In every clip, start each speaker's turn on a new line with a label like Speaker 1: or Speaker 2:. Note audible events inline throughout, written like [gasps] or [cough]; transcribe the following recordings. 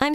Speaker 1: I'm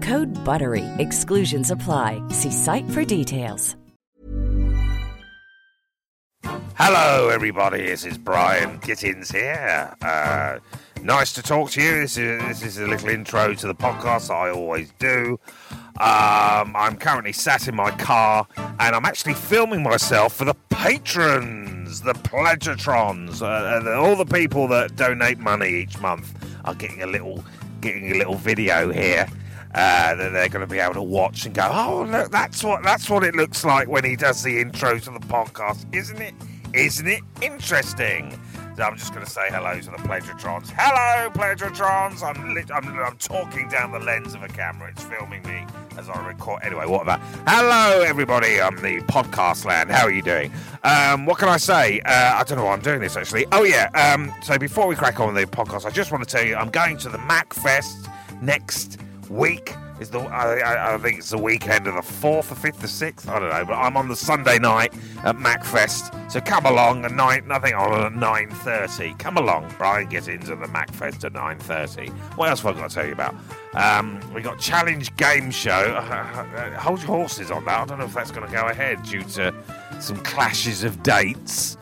Speaker 2: Code BUTTERY. Exclusions apply. See site for details.
Speaker 3: Hello, everybody. This is Brian Gittins here. Uh, nice to talk to you. This is this is a little intro to the podcast I always do. Um, I'm currently sat in my car, and I'm actually filming myself for the patrons, the pleasuretrons, uh, uh, all the people that donate money each month are getting a little getting a little video here uh, that they're going to be able to watch and go, oh look, that's what that's what it looks like when he does the intro to the podcast, isn't it? Isn't it interesting? So I'm just going to say hello to the Pleasuretrons. Hello, Pleasuretrons. I'm, lit I'm I'm talking down the lens of a camera. It's filming me as I record. Anyway, what about? Hello, everybody. I'm the podcast land. How are you doing? Um, what can I say? Uh, I don't know why I'm doing this actually. Oh yeah. Um, so before we crack on with the podcast, I just want to tell you I'm going to the Mac Fest next week is the I, I, I think it's the weekend of the fourth or fifth or sixth. I don't know, but I'm on the Sunday night at MacFest, so come along at nine. Nothing on at nine thirty. Come along, Brian. Get into the MacFest at nine thirty. What else have I got to tell you about? Um, we got challenge game show. [laughs] hold your horses on that. I don't know if that's going to go ahead due to some clashes of dates.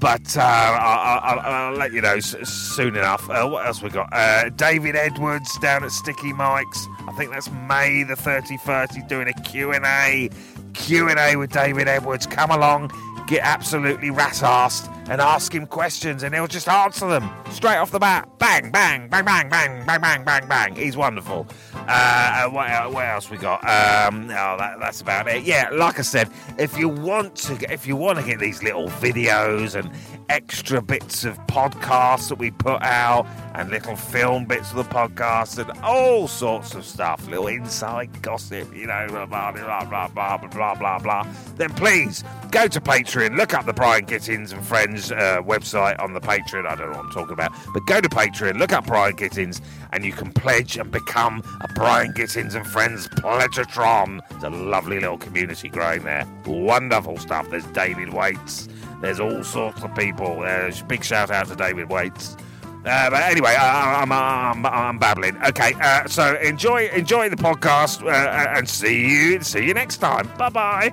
Speaker 3: But uh, I'll, I'll, I'll let you know s- soon enough. Uh, what else we got? Uh, David Edwards down at Sticky Mike's. I think that's May the 31st. He's doing a Q&A. Q&A with David Edwards. Come along, get absolutely rat-assed and ask him questions and he'll just answer them straight off the bat. Bang, bang, bang, bang, bang, bang, bang, bang, bang. He's wonderful. Uh, what, el- what else we got? Um, no, that, that's about it. Yeah, like I said, if you want to, get, if you want to get these little videos and extra bits of podcasts that we put out, and little film bits of the podcast, and all sorts of stuff, little inside gossip, you know, blah blah blah blah blah blah blah blah. blah. Then please go to Patreon, look up the Brian Gittins and Friends uh, website on the Patreon. I don't know what I'm talking about, but go to Patreon, look up Brian Gittins, and you can pledge and become a Brian Gittins and Friends Pledgeatron. It's a lovely little community growing there. Wonderful stuff. There's David Waits. There's all sorts of people. There's big shout out to David Waits. Uh, but anyway, I, I- I'm, I'm, I'm babbling. Okay, uh, so enjoy enjoy the podcast uh, and see you see you next time. Bye bye.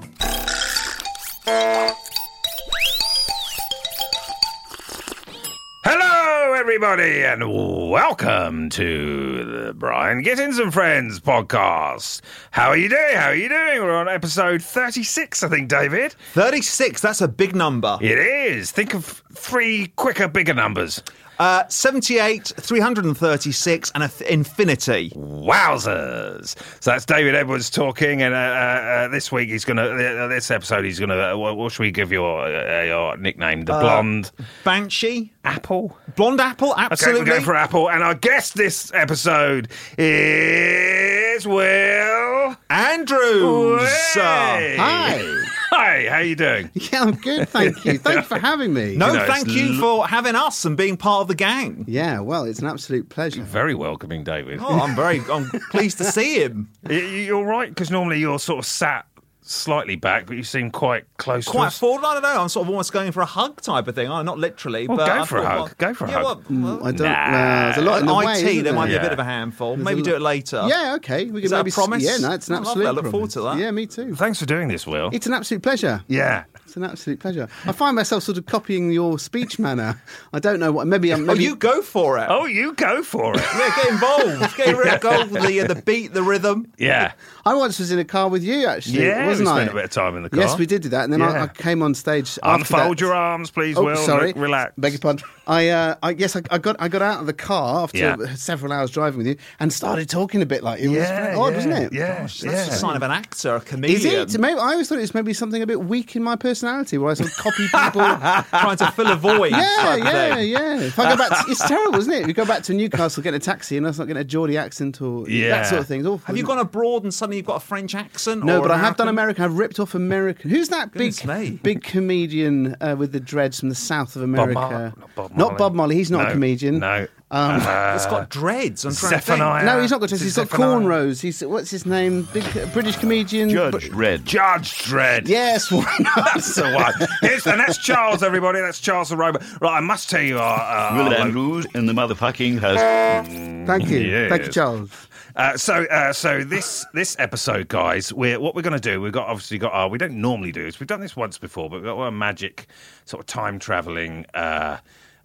Speaker 3: Hello, everybody, and welcome to the Brian Gittins and Friends podcast. How are you doing? How are you doing? We're on episode 36, I think, David.
Speaker 4: 36, that's a big number.
Speaker 3: It is. Think of three quicker, bigger numbers.
Speaker 4: Uh, 78, 336, and a th- infinity.
Speaker 3: Wowzers! So that's David Edwards talking, and uh, uh, uh, this week he's gonna. Uh, this episode he's gonna. Uh, what, what should we give your uh, your nickname? The blonde
Speaker 4: Banshee?
Speaker 3: apple.
Speaker 4: Blonde apple?
Speaker 3: Okay,
Speaker 4: Absolutely.
Speaker 3: we're going for apple, and our guest this episode is Will.
Speaker 4: Andrews.
Speaker 3: Way.
Speaker 4: Uh,
Speaker 5: Hi.
Speaker 3: Hi, how you doing?
Speaker 5: [laughs] Yeah, I'm good,
Speaker 3: [laughs]
Speaker 5: thank you. Thanks for having me.
Speaker 4: no,
Speaker 3: You know,
Speaker 4: thank
Speaker 3: it's
Speaker 4: you
Speaker 3: l-
Speaker 4: for having us and being part of the gang.
Speaker 5: Yeah, well, it's an absolute pleasure.
Speaker 3: Very welcoming, David.
Speaker 4: Oh, I'm very
Speaker 3: [laughs]
Speaker 4: I'm pleased to see him.
Speaker 3: You- You're right, because normally you're sort of sat slightly back, but you seem quite close. to
Speaker 4: Quite
Speaker 3: us.
Speaker 4: forward. I don't know. I'm sort of almost going for a hug type of thing. Oh, not literally,
Speaker 3: Well,
Speaker 4: but
Speaker 3: go
Speaker 4: I
Speaker 3: for a
Speaker 4: thought,
Speaker 3: hug.
Speaker 4: well,
Speaker 3: Go for a
Speaker 4: yeah,
Speaker 3: hug.
Speaker 4: Well, well,
Speaker 5: I don't.
Speaker 3: Nah.
Speaker 5: well, there's Mm, a lot in the
Speaker 4: IT,
Speaker 5: way. isn't
Speaker 4: there might be
Speaker 3: Yeah.
Speaker 4: a bit of a handful.
Speaker 5: There's
Speaker 4: Maybe
Speaker 5: a
Speaker 4: do
Speaker 5: lo-
Speaker 4: it later.
Speaker 5: Yeah, okay. We
Speaker 4: Is
Speaker 5: can
Speaker 4: that a
Speaker 5: maybe s-
Speaker 4: promise?
Speaker 5: Yeah, no, it's an
Speaker 4: Oh, lovely,
Speaker 5: absolute
Speaker 4: I look forward
Speaker 5: promise.
Speaker 4: to that.
Speaker 5: Yeah, me too.
Speaker 3: Thanks for doing this, Will.
Speaker 5: It's an absolute pleasure.
Speaker 3: Yeah.
Speaker 5: It's an absolute pleasure. I find myself sort of copying your speech manner. I don't know what. Maybe I'm.
Speaker 4: Oh,
Speaker 5: Maybe,
Speaker 4: you go for it.
Speaker 3: Oh, you go for it.
Speaker 5: [laughs]
Speaker 4: Yeah, get involved. Get
Speaker 3: [laughs]
Speaker 4: involved with the, the beat, the rhythm.
Speaker 3: Yeah.
Speaker 5: I once was in a car with you, actually.
Speaker 3: Yeah, we
Speaker 5: wasn't I?
Speaker 3: spent a bit of time in the
Speaker 5: Yes,
Speaker 3: car.
Speaker 5: we did do that, and then
Speaker 3: Yeah.
Speaker 5: I, I came on stage. after
Speaker 3: Unfold
Speaker 5: that.
Speaker 3: your arms, please,
Speaker 5: Oh,
Speaker 3: Will.
Speaker 5: sorry.
Speaker 3: Look, relax.
Speaker 5: Beg your pardon. I, uh, I yes, I, I got I got out of the car after
Speaker 3: Yeah.
Speaker 5: several hours driving with you and started talking a bit like you. It was very odd,
Speaker 3: yeah,
Speaker 5: wasn't it?
Speaker 3: Yeah,
Speaker 4: That's
Speaker 3: yeah.
Speaker 4: a sign of an actor, a comedian.
Speaker 3: [laughs]
Speaker 5: Is it? Maybe, I always thought it was maybe something a bit weak in my personality where I sort of
Speaker 3: [laughs]
Speaker 5: copy people. yeah,
Speaker 4: Trying to fill a void. type
Speaker 5: yeah,
Speaker 4: thing.
Speaker 5: yeah. If I go back, to, it's terrible, isn't it? If you go back to Newcastle, get a taxi, and I start getting a Geordie accent or
Speaker 3: Yeah.
Speaker 5: that sort of thing. It's awful,
Speaker 4: Have you
Speaker 5: isn't
Speaker 4: gone abroad and suddenly you've got a French accent?
Speaker 5: it? No,
Speaker 4: or
Speaker 5: but I have done
Speaker 4: American?
Speaker 5: American. I've ripped off American. Who's that
Speaker 4: Goodness
Speaker 5: big,
Speaker 4: me.
Speaker 5: big comedian uh, with the dreads from the south of
Speaker 3: Bob
Speaker 5: America?
Speaker 3: Mar- not Bob Marley.
Speaker 5: Not Bob Marley. He's not
Speaker 3: No,
Speaker 5: a comedian.
Speaker 3: No.
Speaker 5: Um,
Speaker 4: It's got dreads. I'm trying
Speaker 3: Zephaniah.
Speaker 5: No, he's not got
Speaker 3: Uh, Is
Speaker 5: dreads.
Speaker 3: it
Speaker 5: He's got
Speaker 3: Zephaniah?
Speaker 5: cornrose. He's what's his name? Big uh, British comedian.
Speaker 6: Judge Red.
Speaker 3: Judge Dredd.
Speaker 5: Yes, why
Speaker 3: [laughs]
Speaker 5: not?
Speaker 3: That's the one. Here's, and that's Charles, everybody. That's Charles the Roman. Right, I must tell you, our, uh,
Speaker 6: Will
Speaker 3: our
Speaker 6: Andrews in the motherfucking house.
Speaker 5: Thank you,
Speaker 3: Yes.
Speaker 5: thank you, Charles.
Speaker 3: Uh, so, uh, so this this episode, guys, we're what we're going to do. We've got obviously got our. We don't normally do this. We've done this once before, but we've got our magic sort of time traveling uh,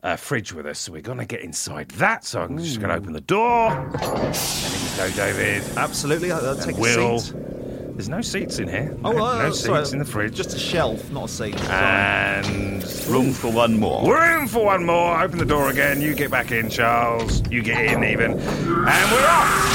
Speaker 3: uh, fridge with us. So we're going to get inside that. So I'm just going to open the door. There you go, David.
Speaker 4: Absolutely. I'll, I'll take
Speaker 3: Will.
Speaker 4: a seat.
Speaker 3: There's no seats in here.
Speaker 4: Oh,
Speaker 3: no,
Speaker 4: uh,
Speaker 3: no
Speaker 4: sorry,
Speaker 3: seats in the fridge. Ah.
Speaker 4: Just a shelf, not a seat.
Speaker 3: and
Speaker 6: Room for one more.
Speaker 3: room for one more. Open the door again. You get back in, Charles. You get in even, and we're off.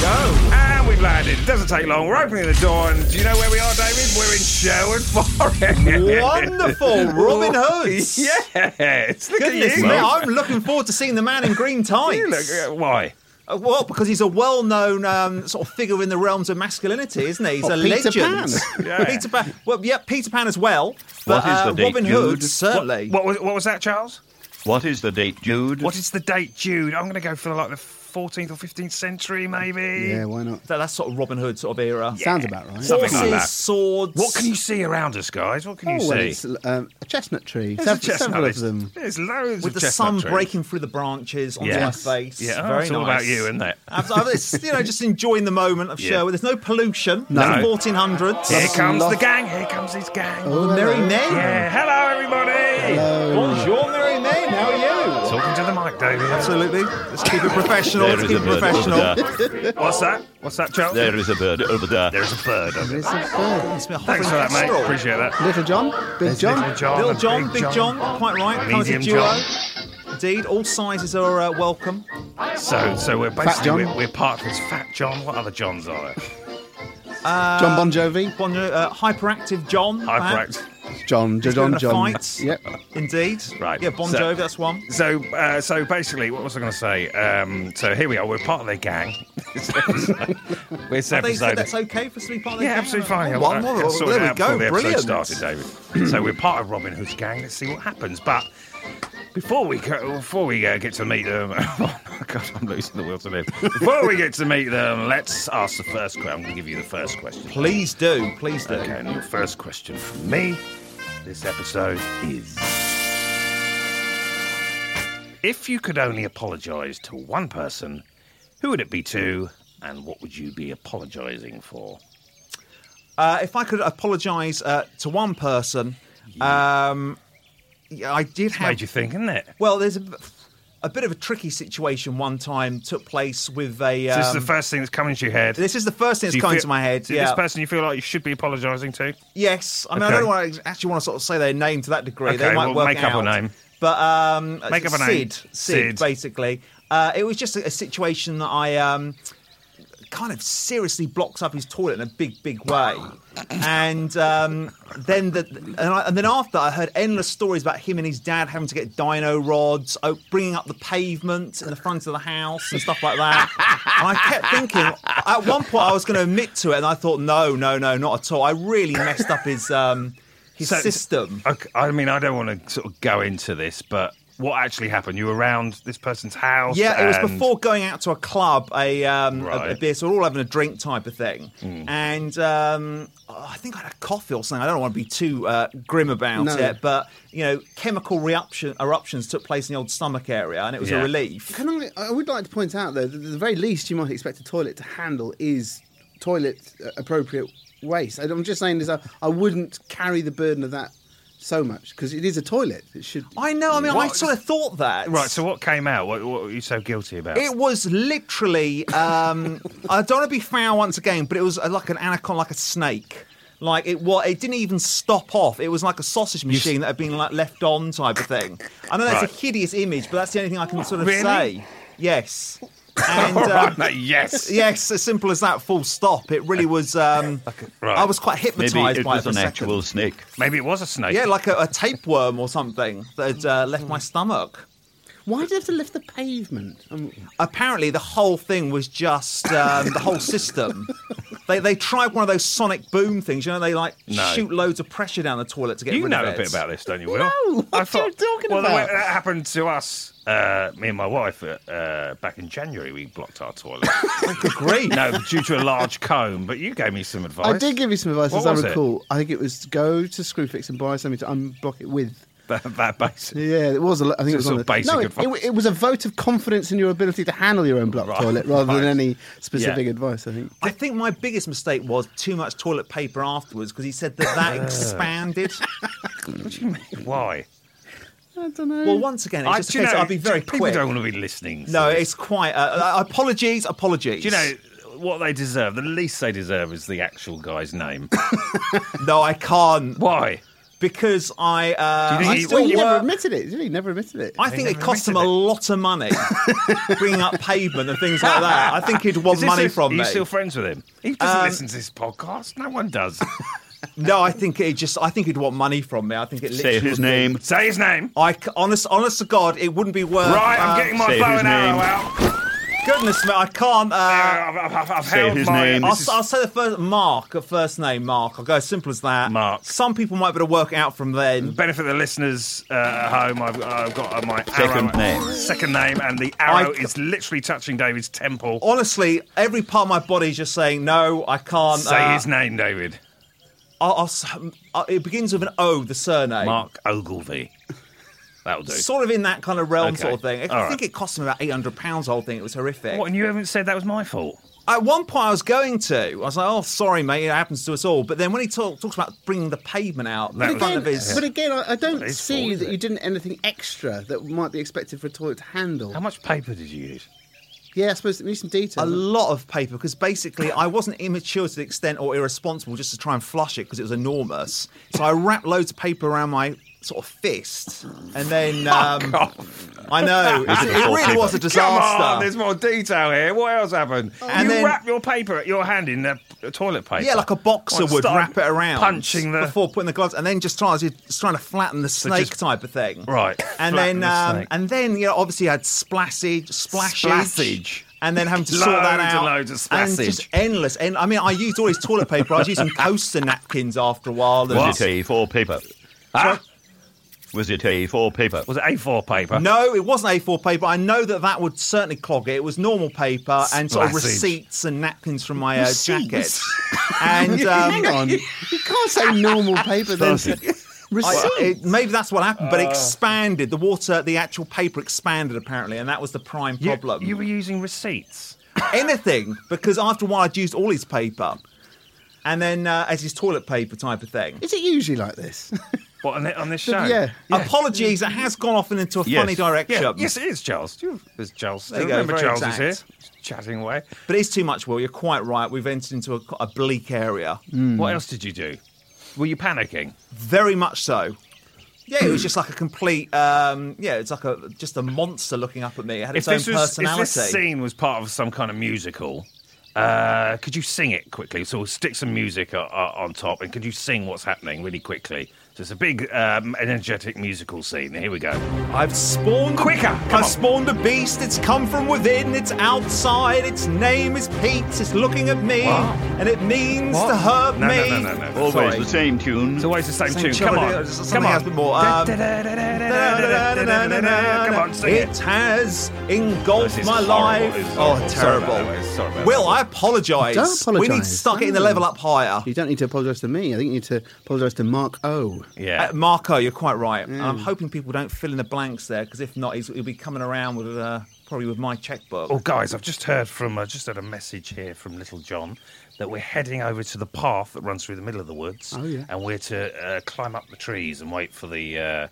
Speaker 4: Go.
Speaker 3: And we've landed. It doesn't take long. We're opening the door, and do you know where we are, David? We're in Sherwood Forest.
Speaker 4: Wonderful. Robin Hood.
Speaker 3: [laughs] Yes. Look
Speaker 4: Goodness
Speaker 3: at you.
Speaker 4: me, I'm looking forward to seeing the man in green tights.
Speaker 3: [laughs] You look- why?
Speaker 4: Uh, Well, because he's a well-known um, sort of figure in the realms of masculinity, isn't he? He's
Speaker 5: What,
Speaker 4: a
Speaker 5: Peter
Speaker 4: legend. [laughs]
Speaker 5: Pan?
Speaker 3: Yeah.
Speaker 4: Peter Pan. Well, yeah, Peter Pan as well. But
Speaker 6: What is the
Speaker 4: uh,
Speaker 6: date,
Speaker 4: Robin Hood
Speaker 6: Jude?
Speaker 4: certainly.
Speaker 3: What was, what was that, Charles?
Speaker 6: What is the date, Jude?
Speaker 3: What is the date, Jude? I'm going to go for like the 14th or 15th century, maybe.
Speaker 5: Yeah, why not?
Speaker 4: That, that's sort of Robin Hood sort of era.
Speaker 5: Sounds about right.
Speaker 3: Something like
Speaker 4: Horses,
Speaker 3: that.
Speaker 4: swords.
Speaker 3: What can you see around us, guys? What can you
Speaker 5: oh, well,
Speaker 3: see?
Speaker 5: it's um, a chestnut tree.
Speaker 3: There's a
Speaker 5: Sev-
Speaker 3: chestnut.
Speaker 5: several of
Speaker 3: There's-
Speaker 5: them.
Speaker 3: There's loads
Speaker 4: With
Speaker 3: of
Speaker 4: the sun
Speaker 3: chestnut trees.
Speaker 4: breaking through the branches onto
Speaker 3: Yes.
Speaker 4: my face.
Speaker 3: Yeah, oh,
Speaker 4: Very
Speaker 3: it's
Speaker 4: nice.
Speaker 3: all about you, isn't it?
Speaker 4: Absolutely. It's, you know, just enjoying the moment of
Speaker 3: Yeah.
Speaker 4: Sherwood. There's no pollution.
Speaker 3: No.
Speaker 4: It's the 1400s.
Speaker 3: Here comes
Speaker 5: Lots-
Speaker 3: the gang. Here comes his gang.
Speaker 4: The Merry Men.
Speaker 3: Yeah. Hello, everybody.
Speaker 4: Bonjour, Mary May. How are you?
Speaker 3: Talking to the mic, David.
Speaker 4: Absolutely. Let's keep it professional.
Speaker 6: There
Speaker 4: Let's
Speaker 6: is
Speaker 4: keep
Speaker 6: a
Speaker 4: it
Speaker 6: bird over
Speaker 4: professional.
Speaker 6: there.
Speaker 3: What's that? What's that, Charles?
Speaker 6: There is a bird over there.
Speaker 3: There's a bird of it.
Speaker 5: It's a bird.
Speaker 4: It's been a
Speaker 3: Thanks for that,
Speaker 4: hopping
Speaker 3: mate.
Speaker 4: kestrel.
Speaker 3: Appreciate that.
Speaker 5: Little John, Big John.
Speaker 3: Little John,
Speaker 4: Little
Speaker 3: and
Speaker 4: John, Big John, quite right. Comes a
Speaker 3: Medium
Speaker 4: duo.
Speaker 3: John.
Speaker 4: Indeed, all sizes are uh, welcome.
Speaker 3: So, so we're
Speaker 5: John.
Speaker 3: basically we're, we're part of this Fat John. What other Johns are there?
Speaker 5: John Bon Jovi,
Speaker 4: Bon, uh, hyperactive John. perhaps.
Speaker 3: Hyperactive.
Speaker 5: John,
Speaker 4: He's been
Speaker 5: John,
Speaker 4: in a
Speaker 5: John.
Speaker 4: fight.
Speaker 5: Yep.
Speaker 4: Indeed.
Speaker 3: Right.
Speaker 4: Yeah, Bon
Speaker 3: So-
Speaker 4: Jovi, that's one.
Speaker 3: So, uh, so basically, what was I going to say? Um, so here we are. We're part of their gang. [laughs] This episode- this
Speaker 4: They said that's
Speaker 3: episode.
Speaker 4: okay for us to be part of the
Speaker 3: Yeah,
Speaker 4: gang.
Speaker 3: absolutely fine.
Speaker 4: Oh,
Speaker 3: I'll-
Speaker 4: One
Speaker 3: I'll
Speaker 4: more.
Speaker 3: sort it
Speaker 4: there we
Speaker 3: out before
Speaker 4: go.
Speaker 3: The
Speaker 4: Brilliant.
Speaker 3: episode started, David. so we're part of Robin Hood's gang. Let's see what happens. But before we go, before we uh, get to meet them, [laughs] oh God, I'm losing the will to live. Before we get to meet them, let's ask the first question. I'm going to give you the first question.
Speaker 4: Please do. Please do.
Speaker 3: Okay, and your first question from me this episode is If you could only apologise to one person, who would it be to, and what would you be apologising for?
Speaker 4: Uh, if I could apologise uh, to one person, um, yeah, I did have.
Speaker 3: Made you think, isn't it?
Speaker 4: Well, there's a, a bit of a tricky situation one time took place with a. Um,
Speaker 3: this is the first thing that's coming to your head.
Speaker 4: this is the first thing
Speaker 3: Do
Speaker 4: that's
Speaker 3: you
Speaker 4: coming
Speaker 3: feel-
Speaker 4: to my head.
Speaker 3: Is it
Speaker 4: yeah.
Speaker 3: this person you feel like you should be apologising to?
Speaker 4: Yes, I mean
Speaker 3: Okay.
Speaker 4: I don't want to actually want to sort of say their name to that degree. they
Speaker 3: Okay,
Speaker 4: might
Speaker 3: well,
Speaker 4: work
Speaker 3: make up a
Speaker 4: out.
Speaker 3: name.
Speaker 4: but um,
Speaker 3: Make up a name.
Speaker 4: Sid, Sid,
Speaker 3: Sid.
Speaker 4: basically. Uh, it was just a, a situation that I um, kind of seriously blocked up his toilet in a big, big way, and um, then the and, I, and then after I heard endless stories about him and his dad having to get dino rods, oh, bringing up the pavement in the front of the house and stuff like that. and I kept thinking at one point I was going to admit to it, and I thought, no, no, no, not at all. I really messed up his um, his
Speaker 3: So-
Speaker 4: system.
Speaker 3: Okay, I mean, I don't want to sort of go into this, but what actually happened? You were around this person's house?
Speaker 4: Yeah, it was
Speaker 3: and-
Speaker 4: before going out to a club, a, um, a- a,
Speaker 3: Right. Mm.
Speaker 4: beer, so we're all having a drink type of thing. And um, oh, I think I had a coffee or something. I don't want to be too uh, grim about
Speaker 5: No.
Speaker 4: it, but you know, chemical reaction, eruptions took place in the old stomach area, and it was
Speaker 3: Yeah.
Speaker 4: a relief.
Speaker 5: Can I? I would like to point out though, that the very least you might expect a toilet to handle is toilet uh, appropriate waste. I- I'm just saying is I, I wouldn't carry the burden of that so much because it is a toilet. It should.
Speaker 4: I know. I mean, I
Speaker 3: What-
Speaker 4: sort of thought that.
Speaker 3: Right, so what came out? What, what were you so guilty about?
Speaker 4: It was literally. Um, I don't want to be foul once again, but it was uh, like an anaconda, like a snake. Like it was. It didn't even stop off. It was like a sausage machine that had been like left on type of thing. I know that's
Speaker 3: Right.
Speaker 4: a hideous image, but that's the only thing I can sort of
Speaker 3: Really?
Speaker 4: say. Yes. And,
Speaker 3: All right,
Speaker 4: um,
Speaker 3: no, [laughs] yes.
Speaker 4: Yes, as simple as that. Full stop. It really was. Um,
Speaker 3: Right.
Speaker 4: I was quite
Speaker 6: Maybe
Speaker 4: hypnotised
Speaker 6: it
Speaker 4: by
Speaker 6: was
Speaker 4: it for
Speaker 6: an
Speaker 4: a second.
Speaker 6: actual snake.
Speaker 3: Maybe it was a snake.
Speaker 4: Yeah, like a, a tapeworm or something that had uh, left my stomach.
Speaker 5: Why do you have to lift the pavement? Um,
Speaker 4: Apparently, the whole thing was just um, the whole system. They, they tried one of those sonic boom things. You know, they like
Speaker 3: No.
Speaker 4: shoot loads of pressure down the toilet to get
Speaker 3: you
Speaker 4: rid
Speaker 3: know
Speaker 4: of it.
Speaker 3: a bit about this, don't you, Will?
Speaker 5: No, what
Speaker 3: I
Speaker 5: are you talking
Speaker 3: well, the way
Speaker 5: about?
Speaker 3: that happened to us, uh, me and my wife, uh, uh, back in January, we blocked our [laughs] toilet.
Speaker 4: Great.
Speaker 3: no, due to a large comb, but you gave me some advice.
Speaker 5: I did give you some advice
Speaker 3: What
Speaker 5: as I
Speaker 3: was it?
Speaker 5: recall. I think it was go to Screwfix and buy something to unblock it with.
Speaker 3: [laughs] That, that basic.
Speaker 5: Yeah, it was. A, lo- I think it was
Speaker 3: Sort
Speaker 5: on
Speaker 3: of
Speaker 5: the,
Speaker 3: basic
Speaker 5: no, it,
Speaker 3: advice.
Speaker 5: it- it was a vote of confidence in your ability to handle your own block
Speaker 3: Right,
Speaker 5: toilet rather
Speaker 3: right.
Speaker 5: than any specific
Speaker 3: Yeah.
Speaker 5: advice. I think.
Speaker 4: I think my biggest mistake was too much toilet paper afterwards because he said that that expanded.
Speaker 3: Why?
Speaker 5: I don't know.
Speaker 4: Well, once again, it's just
Speaker 3: do
Speaker 4: a
Speaker 3: you
Speaker 4: case
Speaker 3: know,
Speaker 4: I'll be very
Speaker 3: people
Speaker 4: quick.
Speaker 3: don't want to be listening. to
Speaker 4: No,
Speaker 3: this.
Speaker 4: it's quite. Uh, uh, apologies, apologies.
Speaker 3: Do you know what they deserve? The least they deserve is the actual guy's name.
Speaker 4: [laughs] No, I can't
Speaker 3: Why?
Speaker 4: because I. Uh,
Speaker 3: Do you
Speaker 4: I
Speaker 3: think he-
Speaker 4: still
Speaker 5: Well, you never
Speaker 4: work-
Speaker 5: admitted it. Did you? You never admitted it.
Speaker 4: I think
Speaker 3: He
Speaker 4: it
Speaker 3: never
Speaker 4: cost him a
Speaker 3: admitted
Speaker 4: lot of money bringing up pavement and things like that. I think he'd
Speaker 3: [laughs]
Speaker 4: want
Speaker 3: Is this
Speaker 4: money
Speaker 3: his-
Speaker 4: from Um,
Speaker 3: Are
Speaker 4: me.
Speaker 3: you still friends with him? He doesn't listen to this podcast. No one does. [laughs]
Speaker 4: No, I think it just. I think he'd want money from me. I think it.
Speaker 6: Say
Speaker 4: Literally
Speaker 6: his
Speaker 4: would be-
Speaker 6: name.
Speaker 3: Say his name.
Speaker 4: I c- honest, honest to God, it wouldn't be worth.
Speaker 3: Right, I'm
Speaker 4: [laughs] uh,
Speaker 3: getting my
Speaker 6: say
Speaker 3: bow
Speaker 6: his
Speaker 3: and arrow
Speaker 6: name.
Speaker 3: out.
Speaker 4: Goodness me, I can't. Uh,
Speaker 3: I've, I've- I've- I've
Speaker 6: Say
Speaker 3: held
Speaker 6: his
Speaker 3: my.
Speaker 6: name.
Speaker 4: I'll,
Speaker 3: This is-
Speaker 4: I'll say the first Mark, a first name Mark. I'll go as simple as that.
Speaker 3: Mark.
Speaker 4: Some people might be able to work it out from then.
Speaker 3: benefit the listeners uh, at home. I've, I've got uh, my
Speaker 6: Second
Speaker 3: arrow,
Speaker 6: name.
Speaker 3: second name, and the arrow
Speaker 4: I-
Speaker 3: is literally touching David's temple.
Speaker 4: Honestly, every part of my body is just saying no. I can't.
Speaker 3: Say
Speaker 4: uh,
Speaker 3: his name, David.
Speaker 4: I'll, I'll, s- uh, it begins with an O, the surname.
Speaker 3: Mark Ogilvy. That'll do.
Speaker 4: Sort of in that kind of realm,
Speaker 3: Okay.
Speaker 4: sort of thing. I
Speaker 3: All
Speaker 4: think
Speaker 3: right.
Speaker 4: it cost him about eight hundred pounds. Whole thing. It was horrific.
Speaker 3: What? And you haven't said that was my fault.
Speaker 4: At one point, I was going to. I was like, "Oh, sorry, mate. It happens to us all." But then when he talk, talks about bringing the pavement out
Speaker 3: That
Speaker 4: in
Speaker 3: was-
Speaker 4: front
Speaker 5: Again,
Speaker 4: of his,
Speaker 5: But again, I, I don't
Speaker 3: It's
Speaker 5: see
Speaker 3: full, is
Speaker 5: that
Speaker 3: it?
Speaker 5: you did anything extra that might be expected for a toilet to handle.
Speaker 3: How much paper did you use?
Speaker 5: Yeah, I suppose it needs some detail.
Speaker 4: a lot of paper because basically I wasn't immature to the extent or irresponsible just to try and flush it because it was enormous. So I wrapped loads of paper around my sort of fist, and then um, I know
Speaker 6: Is it
Speaker 4: it,
Speaker 6: the full
Speaker 4: really was
Speaker 6: paper?
Speaker 4: a disaster.
Speaker 3: Come on, there's more detail here. What else happened? you
Speaker 4: And then-
Speaker 3: wrap your paper, your hand in the the toilet paper.
Speaker 4: Yeah, like a boxer
Speaker 3: Like,
Speaker 4: would
Speaker 3: start
Speaker 4: wrap it around,
Speaker 3: punching the.
Speaker 4: before putting the gloves, and then just trying to just trying to flatten the snake
Speaker 3: just-
Speaker 4: type of thing.
Speaker 3: Right, flatten
Speaker 4: and then
Speaker 3: the
Speaker 4: um,
Speaker 3: snake.
Speaker 4: and then you know obviously I had splashage, splashage,
Speaker 3: Splashage.
Speaker 4: and then having to sort
Speaker 3: Loads
Speaker 4: that
Speaker 3: and
Speaker 4: out,
Speaker 3: loads of
Speaker 4: and just
Speaker 3: splashage.
Speaker 4: endless. And I mean, I used all his toilet paper. I
Speaker 3: [laughs]
Speaker 4: was using coaster napkins after a while. And
Speaker 6: Was it A4 paper?
Speaker 3: Ah,
Speaker 6: Was it A4 paper?
Speaker 3: was it A4 paper?
Speaker 4: No, it wasn't A4 paper. I know that that would certainly clog it. It was normal paper and sort of
Speaker 3: Splashage.
Speaker 4: receipts and napkins from my uh, jacket.
Speaker 5: Receipts?
Speaker 3: [laughs]
Speaker 4: And um,
Speaker 5: Hang on, [laughs] you can't say normal paper then. [laughs]
Speaker 4: I-
Speaker 5: Receipt.
Speaker 4: it- maybe that's what happened,
Speaker 3: Uh.
Speaker 4: but it expanded. The water, the actual paper expanded apparently, and that was the prime
Speaker 3: You-
Speaker 4: problem.
Speaker 3: You, were using receipts.
Speaker 4: Anything, because after a while I'd used all his paper, and then uh, as his toilet paper type of thing.
Speaker 5: Is it usually like this?
Speaker 3: What on, thi- on this show?
Speaker 5: Yeah.
Speaker 4: Apologies, it has gone off into a
Speaker 6: Yes.
Speaker 4: funny direction.
Speaker 3: Yeah, yes, it is Charles. Do you- There's Charles. Still.
Speaker 4: There you go,
Speaker 3: Remember
Speaker 4: very
Speaker 3: Charles is
Speaker 4: exact.
Speaker 3: here, chatting away.
Speaker 4: But it's too much, Will. You're quite right. We've entered into a, a bleak area.
Speaker 3: What else did you do? Were you panicking?
Speaker 4: Very much so. Yeah, it was just like a complete. Um, yeah, it's like a just a monster looking up at me. It had its own
Speaker 3: this was, if
Speaker 4: personality.
Speaker 3: this scene was part of some kind of musical, uh, could you sing it quickly? So we'll stick some music o- o- on top, and could you sing what's happening really quickly? So it's a big, um, energetic musical scene. Here we go.
Speaker 4: I've spawned
Speaker 3: Quicker, come on.
Speaker 4: I've spawned a beast. It's come from within. It's outside. Its name is Pete. It's looking at me,
Speaker 3: What?
Speaker 4: and it means
Speaker 3: What?
Speaker 4: to hurt
Speaker 3: No,
Speaker 4: me.
Speaker 3: no, no, no, no.
Speaker 6: Always
Speaker 4: Sorry.
Speaker 6: the same tune.
Speaker 3: It's always the same,
Speaker 4: Same
Speaker 3: tune.
Speaker 4: tune,
Speaker 3: Come
Speaker 4: I
Speaker 3: on.
Speaker 4: do it, just
Speaker 3: Come
Speaker 4: something
Speaker 3: on.
Speaker 4: else, but more, um,
Speaker 3: Come on, sing
Speaker 4: It
Speaker 3: it. Oh, This
Speaker 4: has engulfed
Speaker 3: is
Speaker 4: my
Speaker 3: horrible.
Speaker 4: life.
Speaker 3: This is
Speaker 4: Oh,
Speaker 3: horrible. Sorry about
Speaker 4: terrible.
Speaker 3: that, Wes. Sorry about
Speaker 4: Will,
Speaker 3: that.
Speaker 4: I apologise.
Speaker 5: Don't
Speaker 4: We need to
Speaker 5: apologise.
Speaker 4: start getting the
Speaker 5: No.
Speaker 4: level up higher.
Speaker 5: you don't need to apologise to me. I think you need to apologise to Mark O.
Speaker 3: Yeah.
Speaker 4: Uh,
Speaker 5: Mm.
Speaker 4: Marco, you're quite right. And I'm hoping people don't fill in the blanks there because if not, he's, he'll be coming around with uh, probably with my checkbook.
Speaker 3: Oh, guys, I've just heard from uh, just had a message here from Little John that we're heading over to the path that runs through the middle of the woods.
Speaker 5: Oh, yeah.
Speaker 3: and we're to uh, climb up the trees and wait for the. Uh,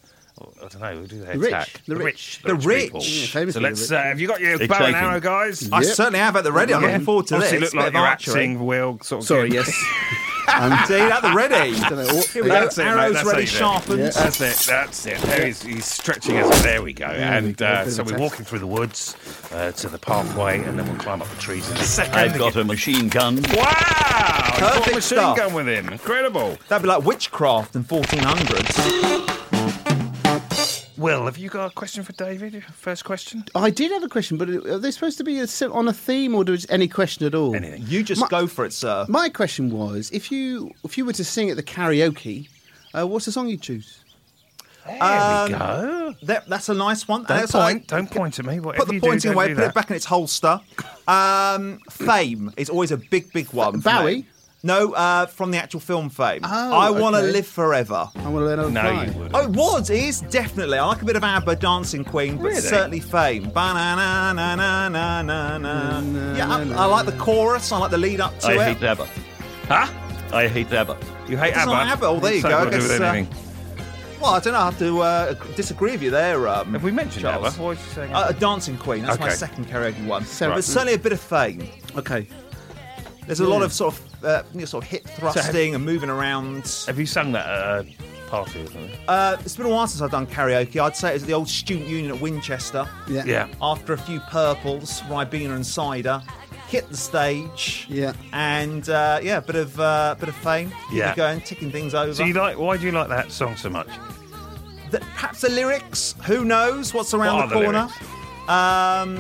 Speaker 3: I don't know. Who do they
Speaker 5: The rich,
Speaker 3: attack?
Speaker 5: the rich.
Speaker 3: The
Speaker 4: The
Speaker 3: rich.
Speaker 4: rich.
Speaker 3: people.
Speaker 4: Yeah,
Speaker 5: famously
Speaker 3: so
Speaker 5: the
Speaker 3: let's.
Speaker 5: rich.
Speaker 3: Uh, have you got your
Speaker 6: They've
Speaker 3: bow and
Speaker 6: taken-
Speaker 3: arrow, guys?
Speaker 4: I
Speaker 5: Yep.
Speaker 4: certainly have at the ready. I'm looking forward to
Speaker 3: Obviously look
Speaker 4: this.
Speaker 3: like
Speaker 4: Bit
Speaker 3: you're
Speaker 4: of archery.
Speaker 3: acting. Will sort of
Speaker 5: Sorry,
Speaker 3: getting-
Speaker 5: yes. Um,
Speaker 4: See, at the ready.
Speaker 5: know.
Speaker 4: Here
Speaker 3: [laughs]
Speaker 4: we
Speaker 3: That's
Speaker 4: go.
Speaker 3: it, mate,
Speaker 4: Arrows
Speaker 3: that's how
Speaker 4: ready,
Speaker 3: you do it.
Speaker 4: sharpened.
Speaker 5: Yeah.
Speaker 3: That's it. That's it. There he's, he's stretching us. There we go.
Speaker 5: we
Speaker 3: and
Speaker 5: go,
Speaker 3: uh,
Speaker 5: bit
Speaker 3: so
Speaker 5: of a
Speaker 3: we're
Speaker 5: test.
Speaker 3: walking through the woods uh, to the pathway, and then we'll climb up the trees in a second.
Speaker 6: I've got a machine
Speaker 3: Wow!
Speaker 6: gun.
Speaker 3: He's got a
Speaker 4: Perfect
Speaker 3: machine
Speaker 4: stuff.
Speaker 3: gun with him. Incredible.
Speaker 4: That'd be like witchcraft in 1400s.
Speaker 3: Will, have you got a question for David? First question.
Speaker 5: I did have a question, but are they supposed to be a sim- on a theme or do it's any question at all?
Speaker 3: Anything.
Speaker 4: You just
Speaker 5: My-
Speaker 4: go for it, sir.
Speaker 5: My question was, if you if you were to sing at the karaoke, uh, what's the song you choose?
Speaker 3: There
Speaker 4: um,
Speaker 3: we go.
Speaker 4: That, that's a nice one.
Speaker 3: Don't
Speaker 4: That's
Speaker 3: point.
Speaker 4: like-
Speaker 3: Don't point at me. Whatever
Speaker 4: Put the
Speaker 3: you do,
Speaker 4: pointing
Speaker 3: don't
Speaker 4: away.
Speaker 3: do
Speaker 4: Put
Speaker 3: that.
Speaker 4: it back in its holster. Um, fame is always a big, big one. for
Speaker 5: Bowie?
Speaker 4: me. No, uh, from the actual film Fame.
Speaker 5: Oh,
Speaker 4: I want to
Speaker 5: okay.
Speaker 4: live forever.
Speaker 5: I want to learn how to
Speaker 3: No,
Speaker 5: fly.
Speaker 3: you would.
Speaker 4: Oh, it was. It is definitely. I like a bit of ABBA Dancing Queen, but
Speaker 3: Really?
Speaker 4: certainly Fame. Ba-na-na-na-na-na-na. Yeah, I, I like the chorus. I like the lead up to
Speaker 6: I
Speaker 4: it.
Speaker 6: hate ABBA.
Speaker 3: Huh?
Speaker 6: I hate ABBA.
Speaker 3: You hate
Speaker 4: It's
Speaker 3: ABBA?
Speaker 4: not ABBA. Well, there you
Speaker 3: So
Speaker 4: go. I
Speaker 3: we'll do
Speaker 4: guess,
Speaker 3: with
Speaker 4: uh,
Speaker 3: anything.
Speaker 4: Well, I don't know. I have to uh, ag- disagree with you there. Um,
Speaker 3: Have we mentioned
Speaker 4: Charles.
Speaker 3: ABBA? What was you saying?
Speaker 4: Uh, a Dancing Queen. That's my
Speaker 3: Okay.
Speaker 4: second karaoke one.
Speaker 5: Sarah-
Speaker 4: But certainly a bit of Fame.
Speaker 5: Okay.
Speaker 4: There's a lot of sort of uh, you know, sort of hip thrusting and moving around.
Speaker 3: have you sung that at a party or something?
Speaker 4: Uh, it's been a while since I've done karaoke. I'd say it was at the old student union at Winchester.
Speaker 5: Yeah.
Speaker 3: yeah.
Speaker 4: After a few purples, Ribena and cider, hit the stage.
Speaker 5: Yeah.
Speaker 4: And uh, yeah, bit of uh, bit of fame. Keep
Speaker 3: Yeah.
Speaker 4: it going, ticking things over.
Speaker 3: So you like? Why do you like that song so much?
Speaker 4: The- perhaps the lyrics. Who knows what's around
Speaker 3: What
Speaker 4: the
Speaker 3: are the
Speaker 4: corner?